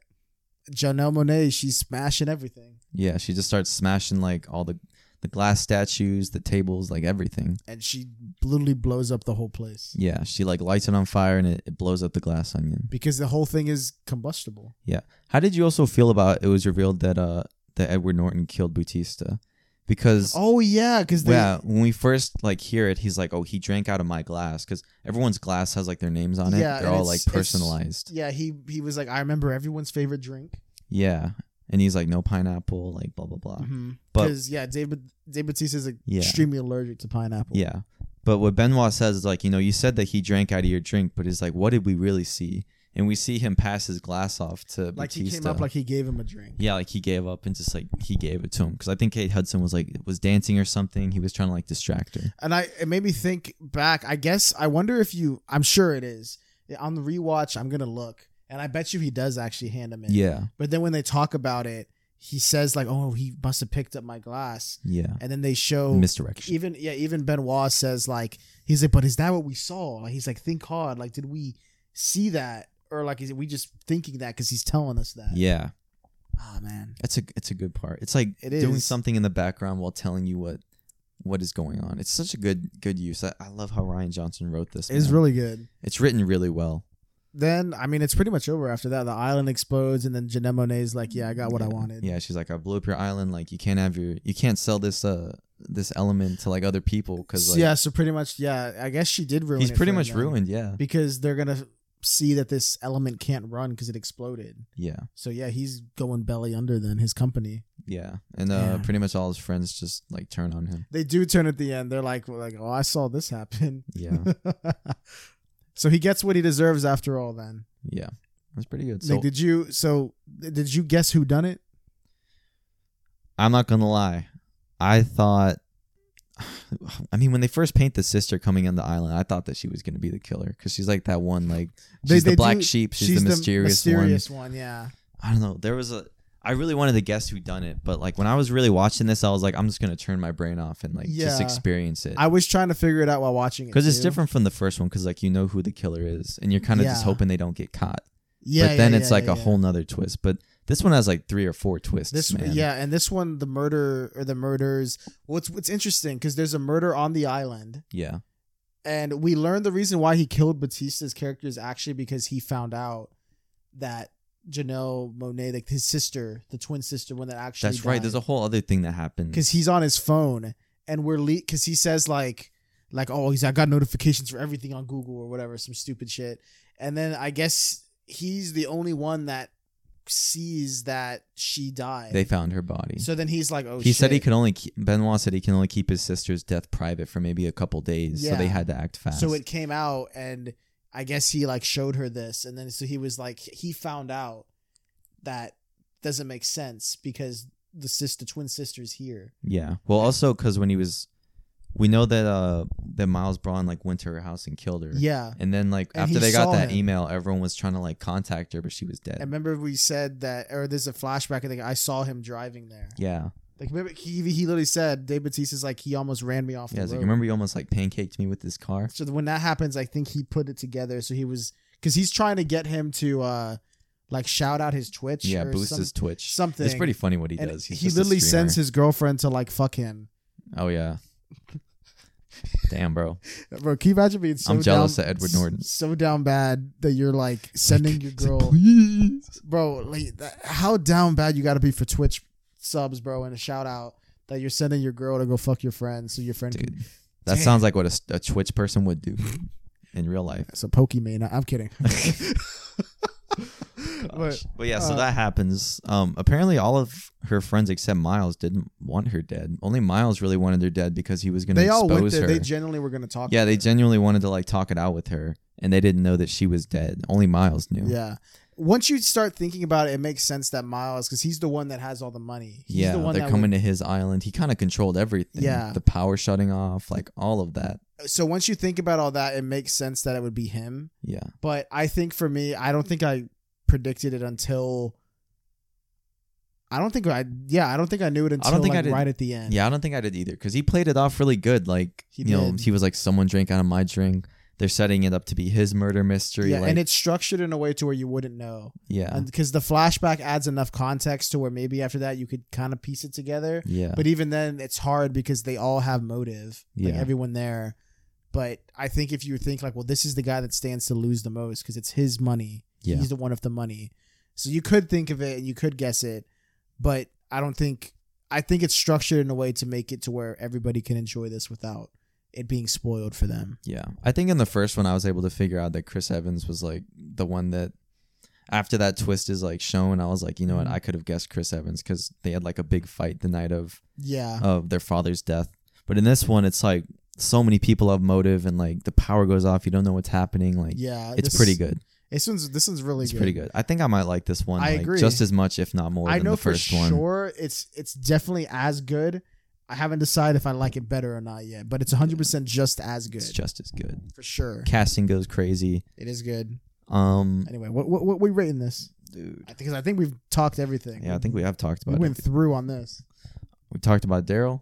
S2: Janelle Monet, she's smashing everything.
S1: Yeah, she just starts smashing like all the the glass statues, the tables, like everything.
S2: And she literally blows up the whole place.
S1: Yeah, she like lights it on fire and it, it blows up the glass onion.
S2: Because the whole thing is combustible.
S1: How did you also feel about it was revealed that uh that Edward Norton killed Bautista? Because
S2: Oh yeah, because they
S1: yeah, when we first like hear it, he's like, "Oh, he drank out of my glass," because everyone's glass has like their names on it.
S2: Yeah,
S1: They're
S2: and
S1: all
S2: it's-
S1: like
S2: it's-
S1: personalized.
S2: Yeah, he he was like, I remember everyone's favorite drink.
S1: Yeah, and he's like, "No pineapple," like blah blah blah.
S2: Mm-hmm.
S1: But
S2: Because yeah, David David Batista is like,
S1: Yeah.
S2: extremely allergic to pineapple.
S1: yeah, but what Benoit says is like, you know, you said that he drank out of your drink, but it's like, what did we really see? And we see him pass his glass off to
S2: Like
S1: Batista.
S2: he came up like he gave him a drink.
S1: yeah, like he gave up and just like he gave it to him because I think Kate Hudson was like was dancing or something. He was trying to like distract her.
S2: and I it made me think back. I guess I wonder if you. I'm sure it is on the rewatch. I'm gonna look, and I bet you he does actually hand him in.
S1: Yeah,
S2: But then when they talk about it, he says like, "Oh, he must have picked up my glass,"
S1: yeah,
S2: and then they show
S1: misdirection.
S2: Oh, even yeah even Benoit says like he's like, "But is that what we saw?" Like he's like, "Think hard. Like did we see that?" Or like, is it we just thinking that because he's telling us that?
S1: Yeah,
S2: Oh man,
S1: It's a it's a good part. It's like
S2: It
S1: doing
S2: is.
S1: something in the background while telling you what what is going on. It's such a good good use. I, I love how Ryan Johnson wrote this.
S2: it's
S1: man.
S2: really good.
S1: it's written really well.
S2: Then I mean, it's pretty much over after that. The island explodes, and then Janelle Monae's like, "Yeah, I got what I
S1: Yeah.
S2: wanted."
S1: Yeah, she's like, I blew up your island. Like you can't have your you can't sell this uh this element to like other people because like,
S2: yeah, so pretty much, yeah. I guess she did ruin.
S1: he's
S2: it
S1: pretty
S2: for
S1: much
S2: them
S1: ruined. Yeah,
S2: because they're gonna see that this element can't run because it exploded.
S1: yeah,
S2: So yeah, he's going belly under. Then his company.
S1: yeah. And uh,
S2: Damn.
S1: pretty much all his friends just like turn on him.
S2: They do turn at the end. They're like, like, oh, I saw this happen.
S1: Yeah,
S2: so he gets what he deserves after all. Then,
S1: yeah. That's pretty good.
S2: like,
S1: So
S2: did you? So did you guess who done it?
S1: I'm not gonna lie. I thought. I mean, when they first paint the sister coming on the island, I thought that she was gonna be the killer because she's like that one, like
S2: They-
S1: she's
S2: they
S1: the black
S2: do-
S1: sheep, she's, the mysterious,
S2: mysterious one. Yeah,
S1: one. I don't know. There was a. I really wanted to guess who done it, but like when I was really watching this, I was like, I'm just gonna turn my brain off and like just
S2: Yeah.
S1: experience it
S2: I was trying to figure it out while watching it
S1: because it's
S2: too.
S1: different from the first one because like you know who the killer is and you're kind of just
S2: Yeah.
S1: hoping they don't get caught.
S2: Yeah,
S1: but then
S2: yeah,
S1: it's
S2: yeah,
S1: like
S2: yeah,
S1: a
S2: yeah.
S1: whole nother twist. But this one has like three or four twists.
S2: This
S1: man.
S2: yeah, and this one the murder or the murders. Well, it's what's interesting because there's a murder on the island,
S1: yeah,
S2: and we learned the reason why he killed Batista's character is actually because he found out that Janelle Monet, like his sister, the twin sister, one that actually
S1: that's right. There's a whole other thing that happened.
S2: because he's on his phone, and we're le because he says like like oh he's I got notifications for everything on Google or whatever some stupid shit, and then I guess he's the only one that sees that she died.
S1: They found her body.
S2: So then he's like, oh,
S1: he said he
S2: shit.
S1: could only keep, Benoit said he can only keep his sister's death private for maybe a couple days, so they
S2: Yeah.
S1: had to act fast.
S2: So it came out, and I guess he like showed her this, and then so he was like, he found out that doesn't make sense because the sister, twin sister's here.
S1: yeah. Well, also because when he was, we know that uh that Miles Braun like went to her house and killed her.
S2: Yeah,
S1: And then like
S2: And
S1: after
S2: he
S1: they got
S2: saw
S1: that
S2: him.
S1: email, everyone was trying to like contact her, but she was
S2: and
S1: dead.
S2: remember we said that, or there's a flashback. I think I saw him driving there.
S1: Yeah.
S2: Like remember he he literally said Dave Batista's like he almost ran me off
S1: Yeah. I was
S2: the
S1: like,
S2: road.
S1: remember you almost like pancaked me with this car?
S2: so when that happens, I think he put it together. So he was because he's trying to get him to uh like shout out his Twitch.
S1: Yeah.
S2: or
S1: Boost
S2: some-
S1: his Twitch.
S2: something.
S1: It's pretty funny what he
S2: and
S1: does. He's
S2: he
S1: just a
S2: literally
S1: streamer.
S2: sends his girlfriend to like fuck him.
S1: Oh yeah. Damn, bro.
S2: Bro, can you imagine being so
S1: I'm jealous
S2: down,
S1: of Edward Norton.
S2: So down bad that you're like sending your
S1: He's like,
S2: girl,
S1: Please.
S2: bro. Like, that, how down bad you got to be for Twitch subs, bro, and a shout out that you're sending your girl to go fuck your friend, so your friend
S1: Dude,
S2: can.
S1: that
S2: Damn.
S1: sounds like what a, s- a Twitch person would do in real life.
S2: So Pokemon. I'm kidding.
S1: Gosh.
S2: but
S1: But yeah, so
S2: uh,
S1: that happens. Um, apparently, all of her friends except Miles didn't want her dead. Only Miles really wanted her dead because he was going to
S2: they
S1: expose
S2: all went there.
S1: her.
S2: They generally were gonna talk.
S1: yeah,
S2: to
S1: they
S2: her.
S1: genuinely wanted to like talk it out with her, and they didn't know that she was dead. Only Miles knew.
S2: Yeah. once you start thinking about it, it makes sense that Miles, because he's the one that has all the money. He's
S1: yeah,
S2: the one
S1: they're
S2: that
S1: coming to his island. He kind of controlled everything.
S2: Yeah.
S1: the power shutting off, like all of that.
S2: Would, so once you think about all that, it makes sense that it would be him.
S1: Yeah,
S2: But I think for me, I don't think I predicted it until. I don't think I. Yeah, I don't think I knew it until
S1: don't think I
S2: like,
S1: did-
S2: right at the end.
S1: yeah. I don't think I did either because he played it off really good. Like
S2: He
S1: you know,
S2: did.
S1: he was like, "Someone drank out of my drink." They're setting it up to be his murder mystery.
S2: Yeah,
S1: like,
S2: and it's structured in a way to where you wouldn't know,
S1: yeah,
S2: because the flashback adds enough context to where maybe after that you could kind of piece it together.
S1: yeah.
S2: But even then, it's hard because they all have motive. Like
S1: Yeah.
S2: everyone there. But I think if you think like, well, this is the guy that stands to lose the most because it's his money.
S1: Yeah.
S2: He's the one with the money. So you could think of it and you could guess it, but I don't think I think it's structured in a way to make it to where everybody can enjoy this without it being spoiled for them.
S1: Yeah. I think in the first one I was able to figure out that Chris Evans was like the one that after that twist is like shown, I was like, you know what,
S2: Mhm.
S1: I could have guessed Chris Evans because they had like a big fight the night of
S2: Yeah.
S1: of their father's death. But in this one it's like so many people have motive and like the power goes off, you don't know what's happening. Like
S2: yeah.
S1: it's
S2: this-
S1: pretty good.
S2: This one's this one's really
S1: It's
S2: good.
S1: pretty good. I think I might like this one
S2: I
S1: like,
S2: agree.
S1: just as much, if not more,
S2: I
S1: than
S2: know
S1: the first
S2: for
S1: one.
S2: sure it's it's definitely as good. I haven't decided if I like it better or not yet, but it's 100% just as good.
S1: It's just as good.
S2: for sure.
S1: Casting goes crazy.
S2: It is good.
S1: Um
S2: Anyway, what what, what we rating this?
S1: dude.
S2: I think I think we've talked everything.
S1: Yeah, I think we have talked
S2: we
S1: about
S2: went
S1: it.
S2: through on this.
S1: We talked about Daryl.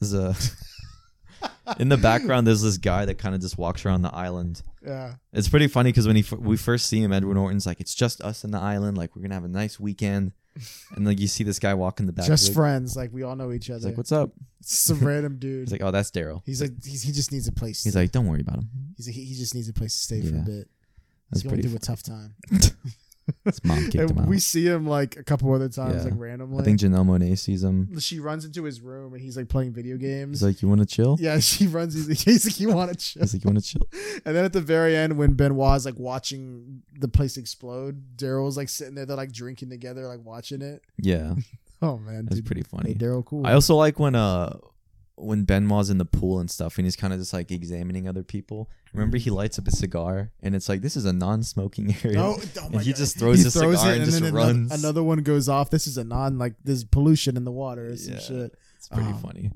S1: There's a in the background. There's this guy that kind of just walks around the island.
S2: Yeah.
S1: It's pretty funny because when he f- we first see him, Edward Norton's like, "It's just us in the island. Like we're gonna have a nice weekend." And like you see this guy walk in the back.
S2: just
S1: like,
S2: friends, like we all know each
S1: He's
S2: other.
S1: like, "What's up?"
S2: it's just some random dude.
S1: He's like, "Oh, that's Daryl."
S2: he's like he's, he just needs a place.
S1: He's like, "Don't worry about him.
S2: he's, he he just needs a place to stay for a
S1: Yeah.
S2: bit.
S1: That's
S2: he's going
S1: pretty.
S2: through
S1: F-
S2: a tough time.
S1: his mom kicked him
S2: And
S1: out.
S2: we see him like a couple other times,
S1: Yeah.
S2: like
S1: I
S2: randomly.
S1: think Janelle Monet sees him.
S2: she runs into his room and he's like playing video games.
S1: He's like, "You want to chill?"
S2: yeah, she runs. He's like, he's like you want to chill.
S1: He's like, "You want to chill?"
S2: And then at the very end, when Benoit's like watching the place explode, Daryl's like sitting there, they're like drinking together, like watching it.
S1: Yeah,
S2: Oh man,
S1: that's
S2: dude.
S1: pretty funny.
S2: Hey, Daryl, cool.
S1: I also like when uh when Benoit's in the pool and stuff and he's kind of just like examining other people. Remember he lights up a cigar and it's like this is a non-smoking area.
S2: No, Mm-hmm. oh my
S1: and he
S2: God.
S1: just throws the cigar and just
S2: then ano-
S1: runs.
S2: Another, one goes off. This is a non like there's pollution in the water or some
S1: Yeah.
S2: shit.
S1: It's pretty
S2: Oh.
S1: funny.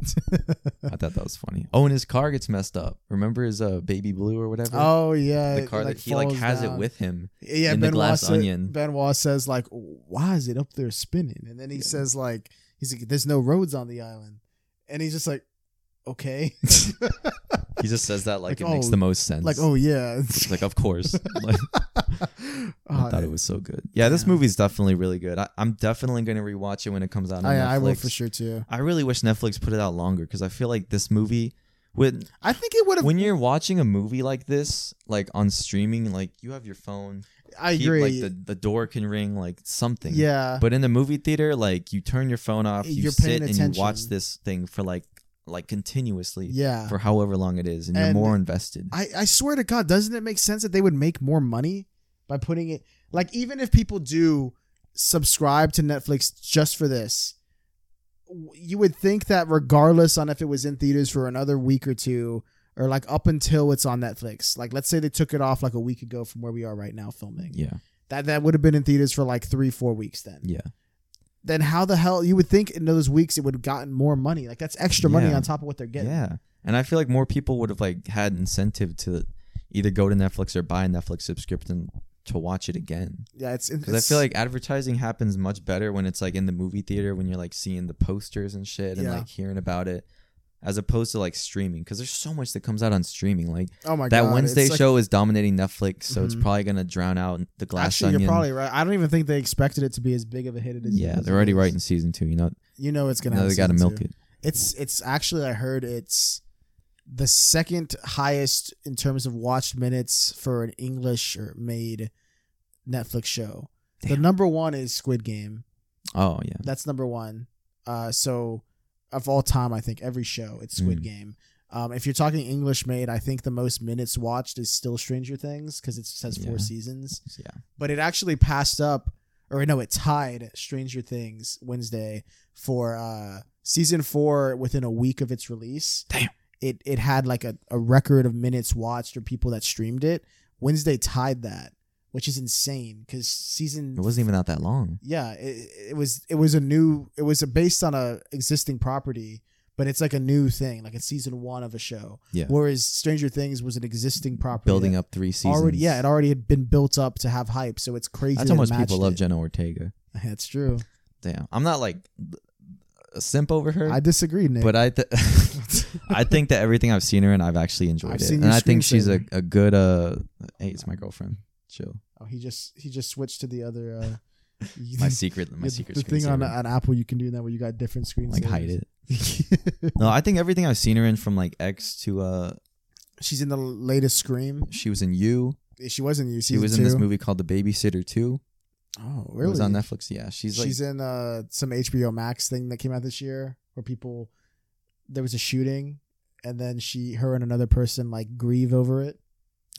S1: I thought that was funny. Oh, and his car gets messed up. Remember his uh baby blue or whatever?
S2: Oh yeah,
S1: the
S2: it,
S1: car
S2: like,
S1: that he like
S2: falls
S1: has
S2: down.
S1: it with him.
S2: yeah.
S1: in the
S2: Benoit
S1: glass
S2: said-
S1: onion.
S2: Benoit says like, "Why is it up there spinning?" And then he
S1: Yeah.
S2: says like, "He's like, there's no roads on the island," and he's just like, "Okay."
S1: He just says that like,
S2: Like,
S1: it makes
S2: oh,
S1: the most sense.
S2: like oh yeah
S1: It's like of course. Like, I
S2: Uh,
S1: thought it was so good. Yeah, this
S2: yeah.
S1: movie's definitely really good. I, I'm definitely gonna rewatch it when it comes out on
S2: I,
S1: Netflix.
S2: I will for sure too.
S1: I really wish Netflix put it out longer because I feel like this movie, when
S2: I think it would have.
S1: when you're watching a movie like this, like on streaming, like you have your phone,
S2: I
S1: keep-
S2: agree.
S1: like the, the door can ring, like something.
S2: yeah,
S1: But in the movie theater, like you turn your phone off, you
S2: You're
S1: sit
S2: paying
S1: and you watch
S2: attention.
S1: this thing for like like continuously
S2: yeah.
S1: for however long it is, and,
S2: And-
S1: you're more invested.
S2: I I swear to God, doesn't it make sense that they would make more money by putting it like even if people do subscribe to Netflix just for this, w- you would think that regardless on if it was in theaters for another week or two or like up until it's on Netflix, like let's say they took it off like a week ago from where we are right now filming,
S1: yeah,
S2: that that would have been in theaters for like three four weeks then.
S1: yeah,
S2: then how the hell you would think in those weeks it would have gotten more money? Like that's extra money
S1: Yeah.
S2: on top of what they're getting.
S1: yeah. And I feel like more people would have like had incentive to either go to Netflix or buy a Netflix subscription to watch it again.
S2: yeah it's
S1: Because I feel like advertising happens much better when it's like in the movie theater when you're like seeing the posters and shit and
S2: Yeah.
S1: like hearing about it, as opposed to like streaming. Because there's so much that comes out on streaming. Like
S2: oh my
S1: that
S2: god,
S1: Wednesday
S2: it's like-
S1: show is dominating Netflix, so it's
S2: Mhm.
S1: probably gonna drown out the Glass
S2: Actually,
S1: Onion.
S2: you're probably right. I don't even think they expected it to be as big of a hit. It is.
S1: yeah,
S2: as
S1: they're
S2: it
S1: already
S2: is.
S1: writing season two. You know,
S2: You know it's gonna.
S1: now
S2: have
S1: they gotta
S2: season
S1: milk
S2: two.
S1: it.
S2: It's it's actually I heard it's the second highest in terms of watched minutes for an English or made Netflix show. The
S1: Damn.
S2: number one is Squid Game.
S1: Oh yeah,
S2: That's number one. Uh, so of all time, I think every show it's Squid
S1: Mm.
S2: Game. Um, if you're talking English made, I think the most minutes watched is still Stranger Things because it has four
S1: Yeah.
S2: seasons.
S1: yeah.
S2: But it actually passed up, or no, it tied Stranger Things Wednesday for uh, season four within a week of its release.
S1: Damn.
S2: It it had like a, a record of minutes watched or people that streamed it. Wednesday tied that which is insane because season
S1: It wasn't even out that long.
S2: yeah it, it was it was a new it was a, based on a existing property but it's like a new thing like it's season one of a show
S1: Yeah.
S2: whereas stranger things was an existing property
S1: Building
S2: that
S1: up three seasons.
S2: already yeah it already had been built up to have hype so it's crazy
S1: That's
S2: they
S1: how much
S2: matched
S1: people love
S2: it.
S1: Jenna Ortega.
S2: that's true
S1: Damn. I'm not like a simp over her,
S2: i disagree Nick.
S1: but I th- I think that everything I've seen her in, I've actually enjoyed
S2: I've
S1: it.
S2: seen
S1: And
S2: your
S1: I think she's a,
S2: screensaver.
S1: a good uh hey, it's my girlfriend. Chill.
S2: oh, he just he just switched to the other uh
S1: My secret my
S2: the-
S1: secret
S2: the thing
S1: screensaver.
S2: on, on apple you can do that where you got different screens
S1: like hide it. No, I think everything I've seen her in from like X to uh
S2: she's in the latest scream
S1: she was in You.
S2: she was in you
S1: She was in this movie called The Babysitter 2.
S2: oh
S1: It
S2: really
S1: was on Netflix. Yeah, she's
S2: She's,
S1: like
S2: in uh, some HBO Max thing that came out this year where people there was a shooting and then she her and another person like grieve over it.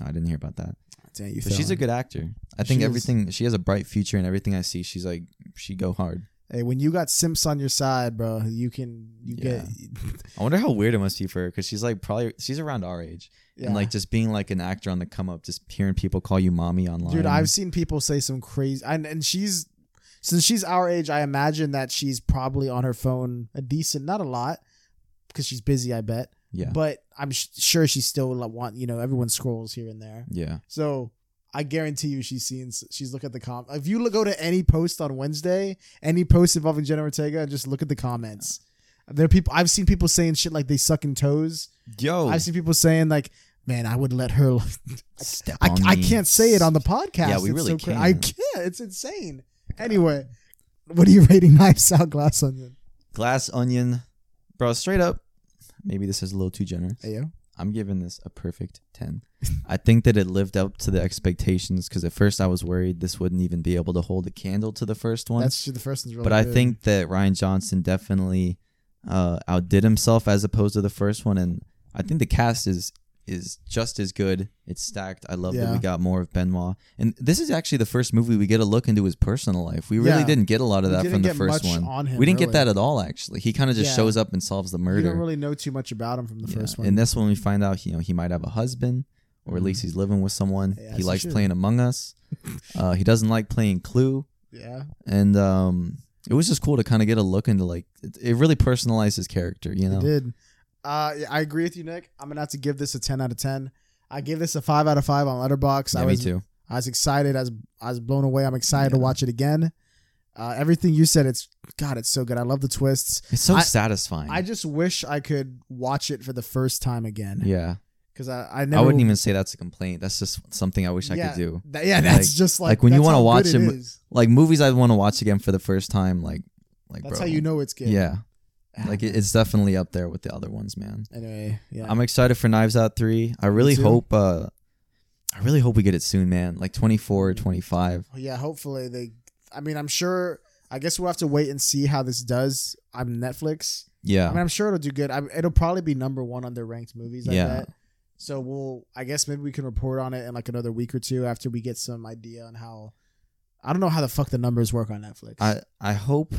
S1: I didn't hear about that.
S2: Damn, you
S1: But she's a
S2: failing.
S1: good actor. I
S2: She
S1: think
S2: is.
S1: everything she has a bright future and everything I see, she's like she go hard.
S2: Hey, when you got simps on your side, bro, you can you get
S1: I wonder how weird it must be for her because she's like probably she's around our age
S2: yeah.
S1: and like just being like an actor on the come up, just hearing people call you mommy online.
S2: dude, I've seen people say some crazy and and she's since she's our age, I imagine that she's probably on her phone a decent, not a lot, because she's busy, I bet.
S1: yeah,
S2: But I'm sh- sure she still like, want you know everyone scrolls here and there.
S1: yeah.
S2: So I guarantee you, she's seen. She's look at the com. If you look, go to any post on Wednesday, any post involving Jenna Ortega, and just look at the comments. There are people. I've seen people saying shit like they suck in toes.
S1: Yo,
S2: I've seen people saying like, "Man, I would let her."
S1: step
S2: I,
S1: on
S2: I
S1: me.
S2: can't say it on the podcast.
S1: Yeah, we
S2: It's
S1: really
S2: so cra-
S1: can't.
S2: I can't. It's insane. Anyway, what are you rating Knives Out Glass Onion?
S1: glass onion, bro. Straight up, maybe this is a little too generous.
S2: Hey, yo.
S1: I'm giving this a perfect 10. I think that it lived up to the expectations because at first I was worried this wouldn't even be able to hold a candle to the first one.
S2: That's the first one's really.
S1: but I
S2: good.
S1: think that Ryan Johnson definitely uh, outdid himself as opposed to the first one, and I think the cast is is just as good. It's stacked. I love that
S2: Yeah.
S1: we got more of Benoit, and this is actually the first movie we get a look into his personal life. We really
S2: Yeah.
S1: didn't get a lot of
S2: We
S1: that
S2: didn't
S1: from the
S2: get
S1: first
S2: much
S1: one.
S2: on him,
S1: we didn't
S2: really.
S1: get that at all. Actually, he kind of just
S2: Yeah.
S1: shows up and solves the
S2: you
S1: murder.
S2: don't really know too much about him from the
S1: Yeah.
S2: first one.
S1: In this one, we find out you know he might have a husband, or at
S2: Mhm.
S1: least he's living with someone.
S2: Yeah,
S1: he
S2: so
S1: likes
S2: should.
S1: playing Among Us. uh, he doesn't like playing Clue
S2: yeah,
S1: and um it was just cool to kind of get a look into like it, it really personalized his character you know
S2: It did. Uh, yeah, I agree with you, Nick. I'm gonna have to give this a 10 out of 10. I give this a five out of five on Letterbox.
S1: yeah
S2: I
S1: me
S2: was,
S1: too
S2: I was excited. I was, I was blown away. I'm excited to
S1: Yeah.
S2: watch it again. Uh, everything you said, it's God, it's so good. I love the twists.
S1: it's so
S2: I-
S1: satisfying
S2: I just wish I could watch it for the first time again
S1: yeah
S2: because I, I never.
S1: i wouldn't even say that's a complaint that's just something i wish i
S2: Yeah.
S1: could do
S2: That- yeah, that's
S1: Like-
S2: just like
S1: like when you
S2: that's
S1: wanna
S2: how
S1: watch
S2: good
S1: a
S2: it
S1: mo-
S2: is.
S1: like movies i want to watch again for the first time like like
S2: That's
S1: bro.
S2: how you Ah, know it's good.
S1: yeah like it, it's definitely up there with the other ones man
S2: Anyway, yeah.
S1: i'm excited for knives out 3 i really
S2: too.
S1: hope uh i really hope we get it soon man like 24 or 25
S2: Well, Yeah, hopefully they. I mean, I'm sure. I guess we'll have to wait and see how this does on Netflix.
S1: yeah
S2: I mean, I'm sure it'll do good. I, it'll probably be number one on their ranked movies. I
S1: Yeah.
S2: bet. So we'll. I guess maybe we can report on it in like another week or two after we get some idea on how. I don't know how the fuck the numbers work on Netflix.
S1: i i hope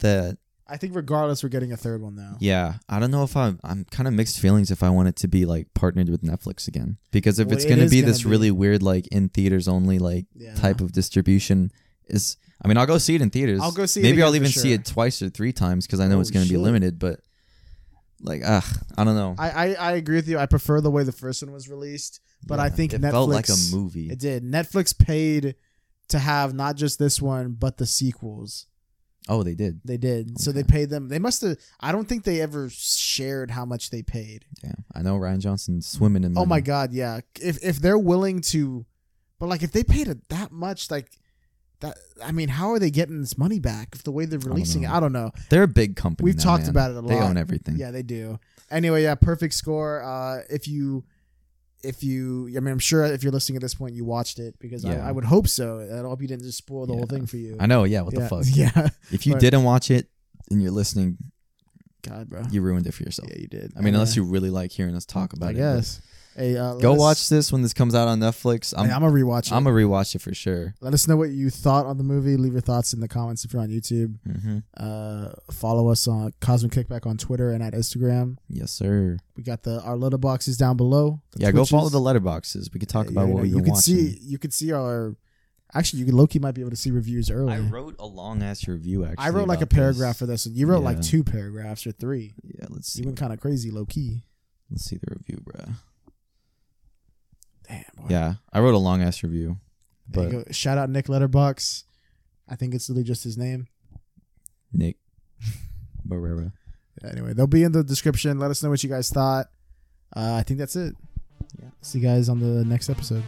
S1: that
S2: I think regardless, we're getting a third one though.
S1: Yeah, I don't know if I'm. I'm kind of mixed feelings if I want it to be like partnered with Netflix again because if
S2: Well,
S1: it's
S2: it
S1: gonna
S2: is
S1: be
S2: gonna
S1: this
S2: be.
S1: really weird like in theaters only like
S2: Yeah.
S1: type of distribution is. I mean, I'll go see it in theaters.
S2: I'll go see it
S1: Maybe
S2: again
S1: I'll
S2: for
S1: even see
S2: sure.
S1: it twice or three times because I know
S2: Oh,
S1: it's gonna
S2: shit.
S1: be limited. But like, ah, I don't know.
S2: I, I I agree with you. I prefer the way the first one was released, but I
S1: Yeah.
S2: think
S1: it
S2: Netflix
S1: felt like a movie.
S2: It did. Netflix paid to have not just this one, but the sequels.
S1: Oh, they did.
S2: They did. So they
S1: Okay.
S2: paid them. They must have. I don't think they ever shared how much they paid.
S1: Damn, I know Ryan Johnson's swimming in.
S2: Oh my
S1: money.
S2: god, yeah. If if they're willing to, but like if they paid it that much, like that. I mean, how are they getting this money back? If the way they're releasing it,
S1: know.
S2: I don't know.
S1: They're a big company.
S2: We've
S1: now,
S2: talked
S1: man.
S2: about it a
S1: They
S2: lot.
S1: own everything.
S2: Yeah, they do. Anyway, yeah, perfect score. Uh, if you, if you, I mean, I'm sure if you're listening at this point, you watched it because
S1: Yeah.
S2: I, I would hope so. I hope you didn't just spoil the whole
S1: Yeah.
S2: thing for you.
S1: I know. Yeah. What the
S2: yeah.
S1: fuck?
S2: Yeah.
S1: If you
S2: But-
S1: didn't watch it and you're listening,
S2: God, bro.
S1: you ruined it for yourself.
S2: yeah, you did.
S1: I mean, unless you really like hearing us talk about
S2: I
S1: it. but-
S2: guess. Hey, uh, let
S1: Go
S2: us-
S1: watch this when this comes out on Netflix.
S2: Hey,
S1: I'm
S2: I'm gonna rewatch it.
S1: I'm gonna rewatch it for sure.
S2: Let us know what you thought on the movie. Leave your thoughts in the comments if you're on YouTube.
S1: hmm
S2: Uh, follow us on Cosmic Kickback on Twitter and at Instagram.
S1: Yes, sir.
S2: We got the our letter boxes down below. The
S1: yeah, go
S2: Twitches.
S1: follow the letterboxes. We could talk
S2: Yeah,
S1: about
S2: you
S1: what
S2: know,
S1: we've
S2: you
S1: been
S2: can
S1: watching.
S2: see. You can see our. Actually, you could, Loki might be able to see reviews early.
S1: I wrote a long ass review. Actually,
S2: I wrote like a
S1: about this.
S2: paragraph for this, and you wrote like
S1: Yeah.
S2: two paragraphs or three.
S1: Yeah, let's see.
S2: You went kind of crazy, low key.
S1: Let's see the review, bruh.
S2: Damn. Boy.
S1: Yeah, I wrote a long ass review.
S2: There you
S1: But
S2: go. shout out Nick Letterbox. I think it's literally just his name.
S1: Nick Barrera.
S2: Anyway, they'll be in the description. Let us know what you guys thought. Uh, I think that's it.
S1: Yeah.
S2: See you guys on the next episode.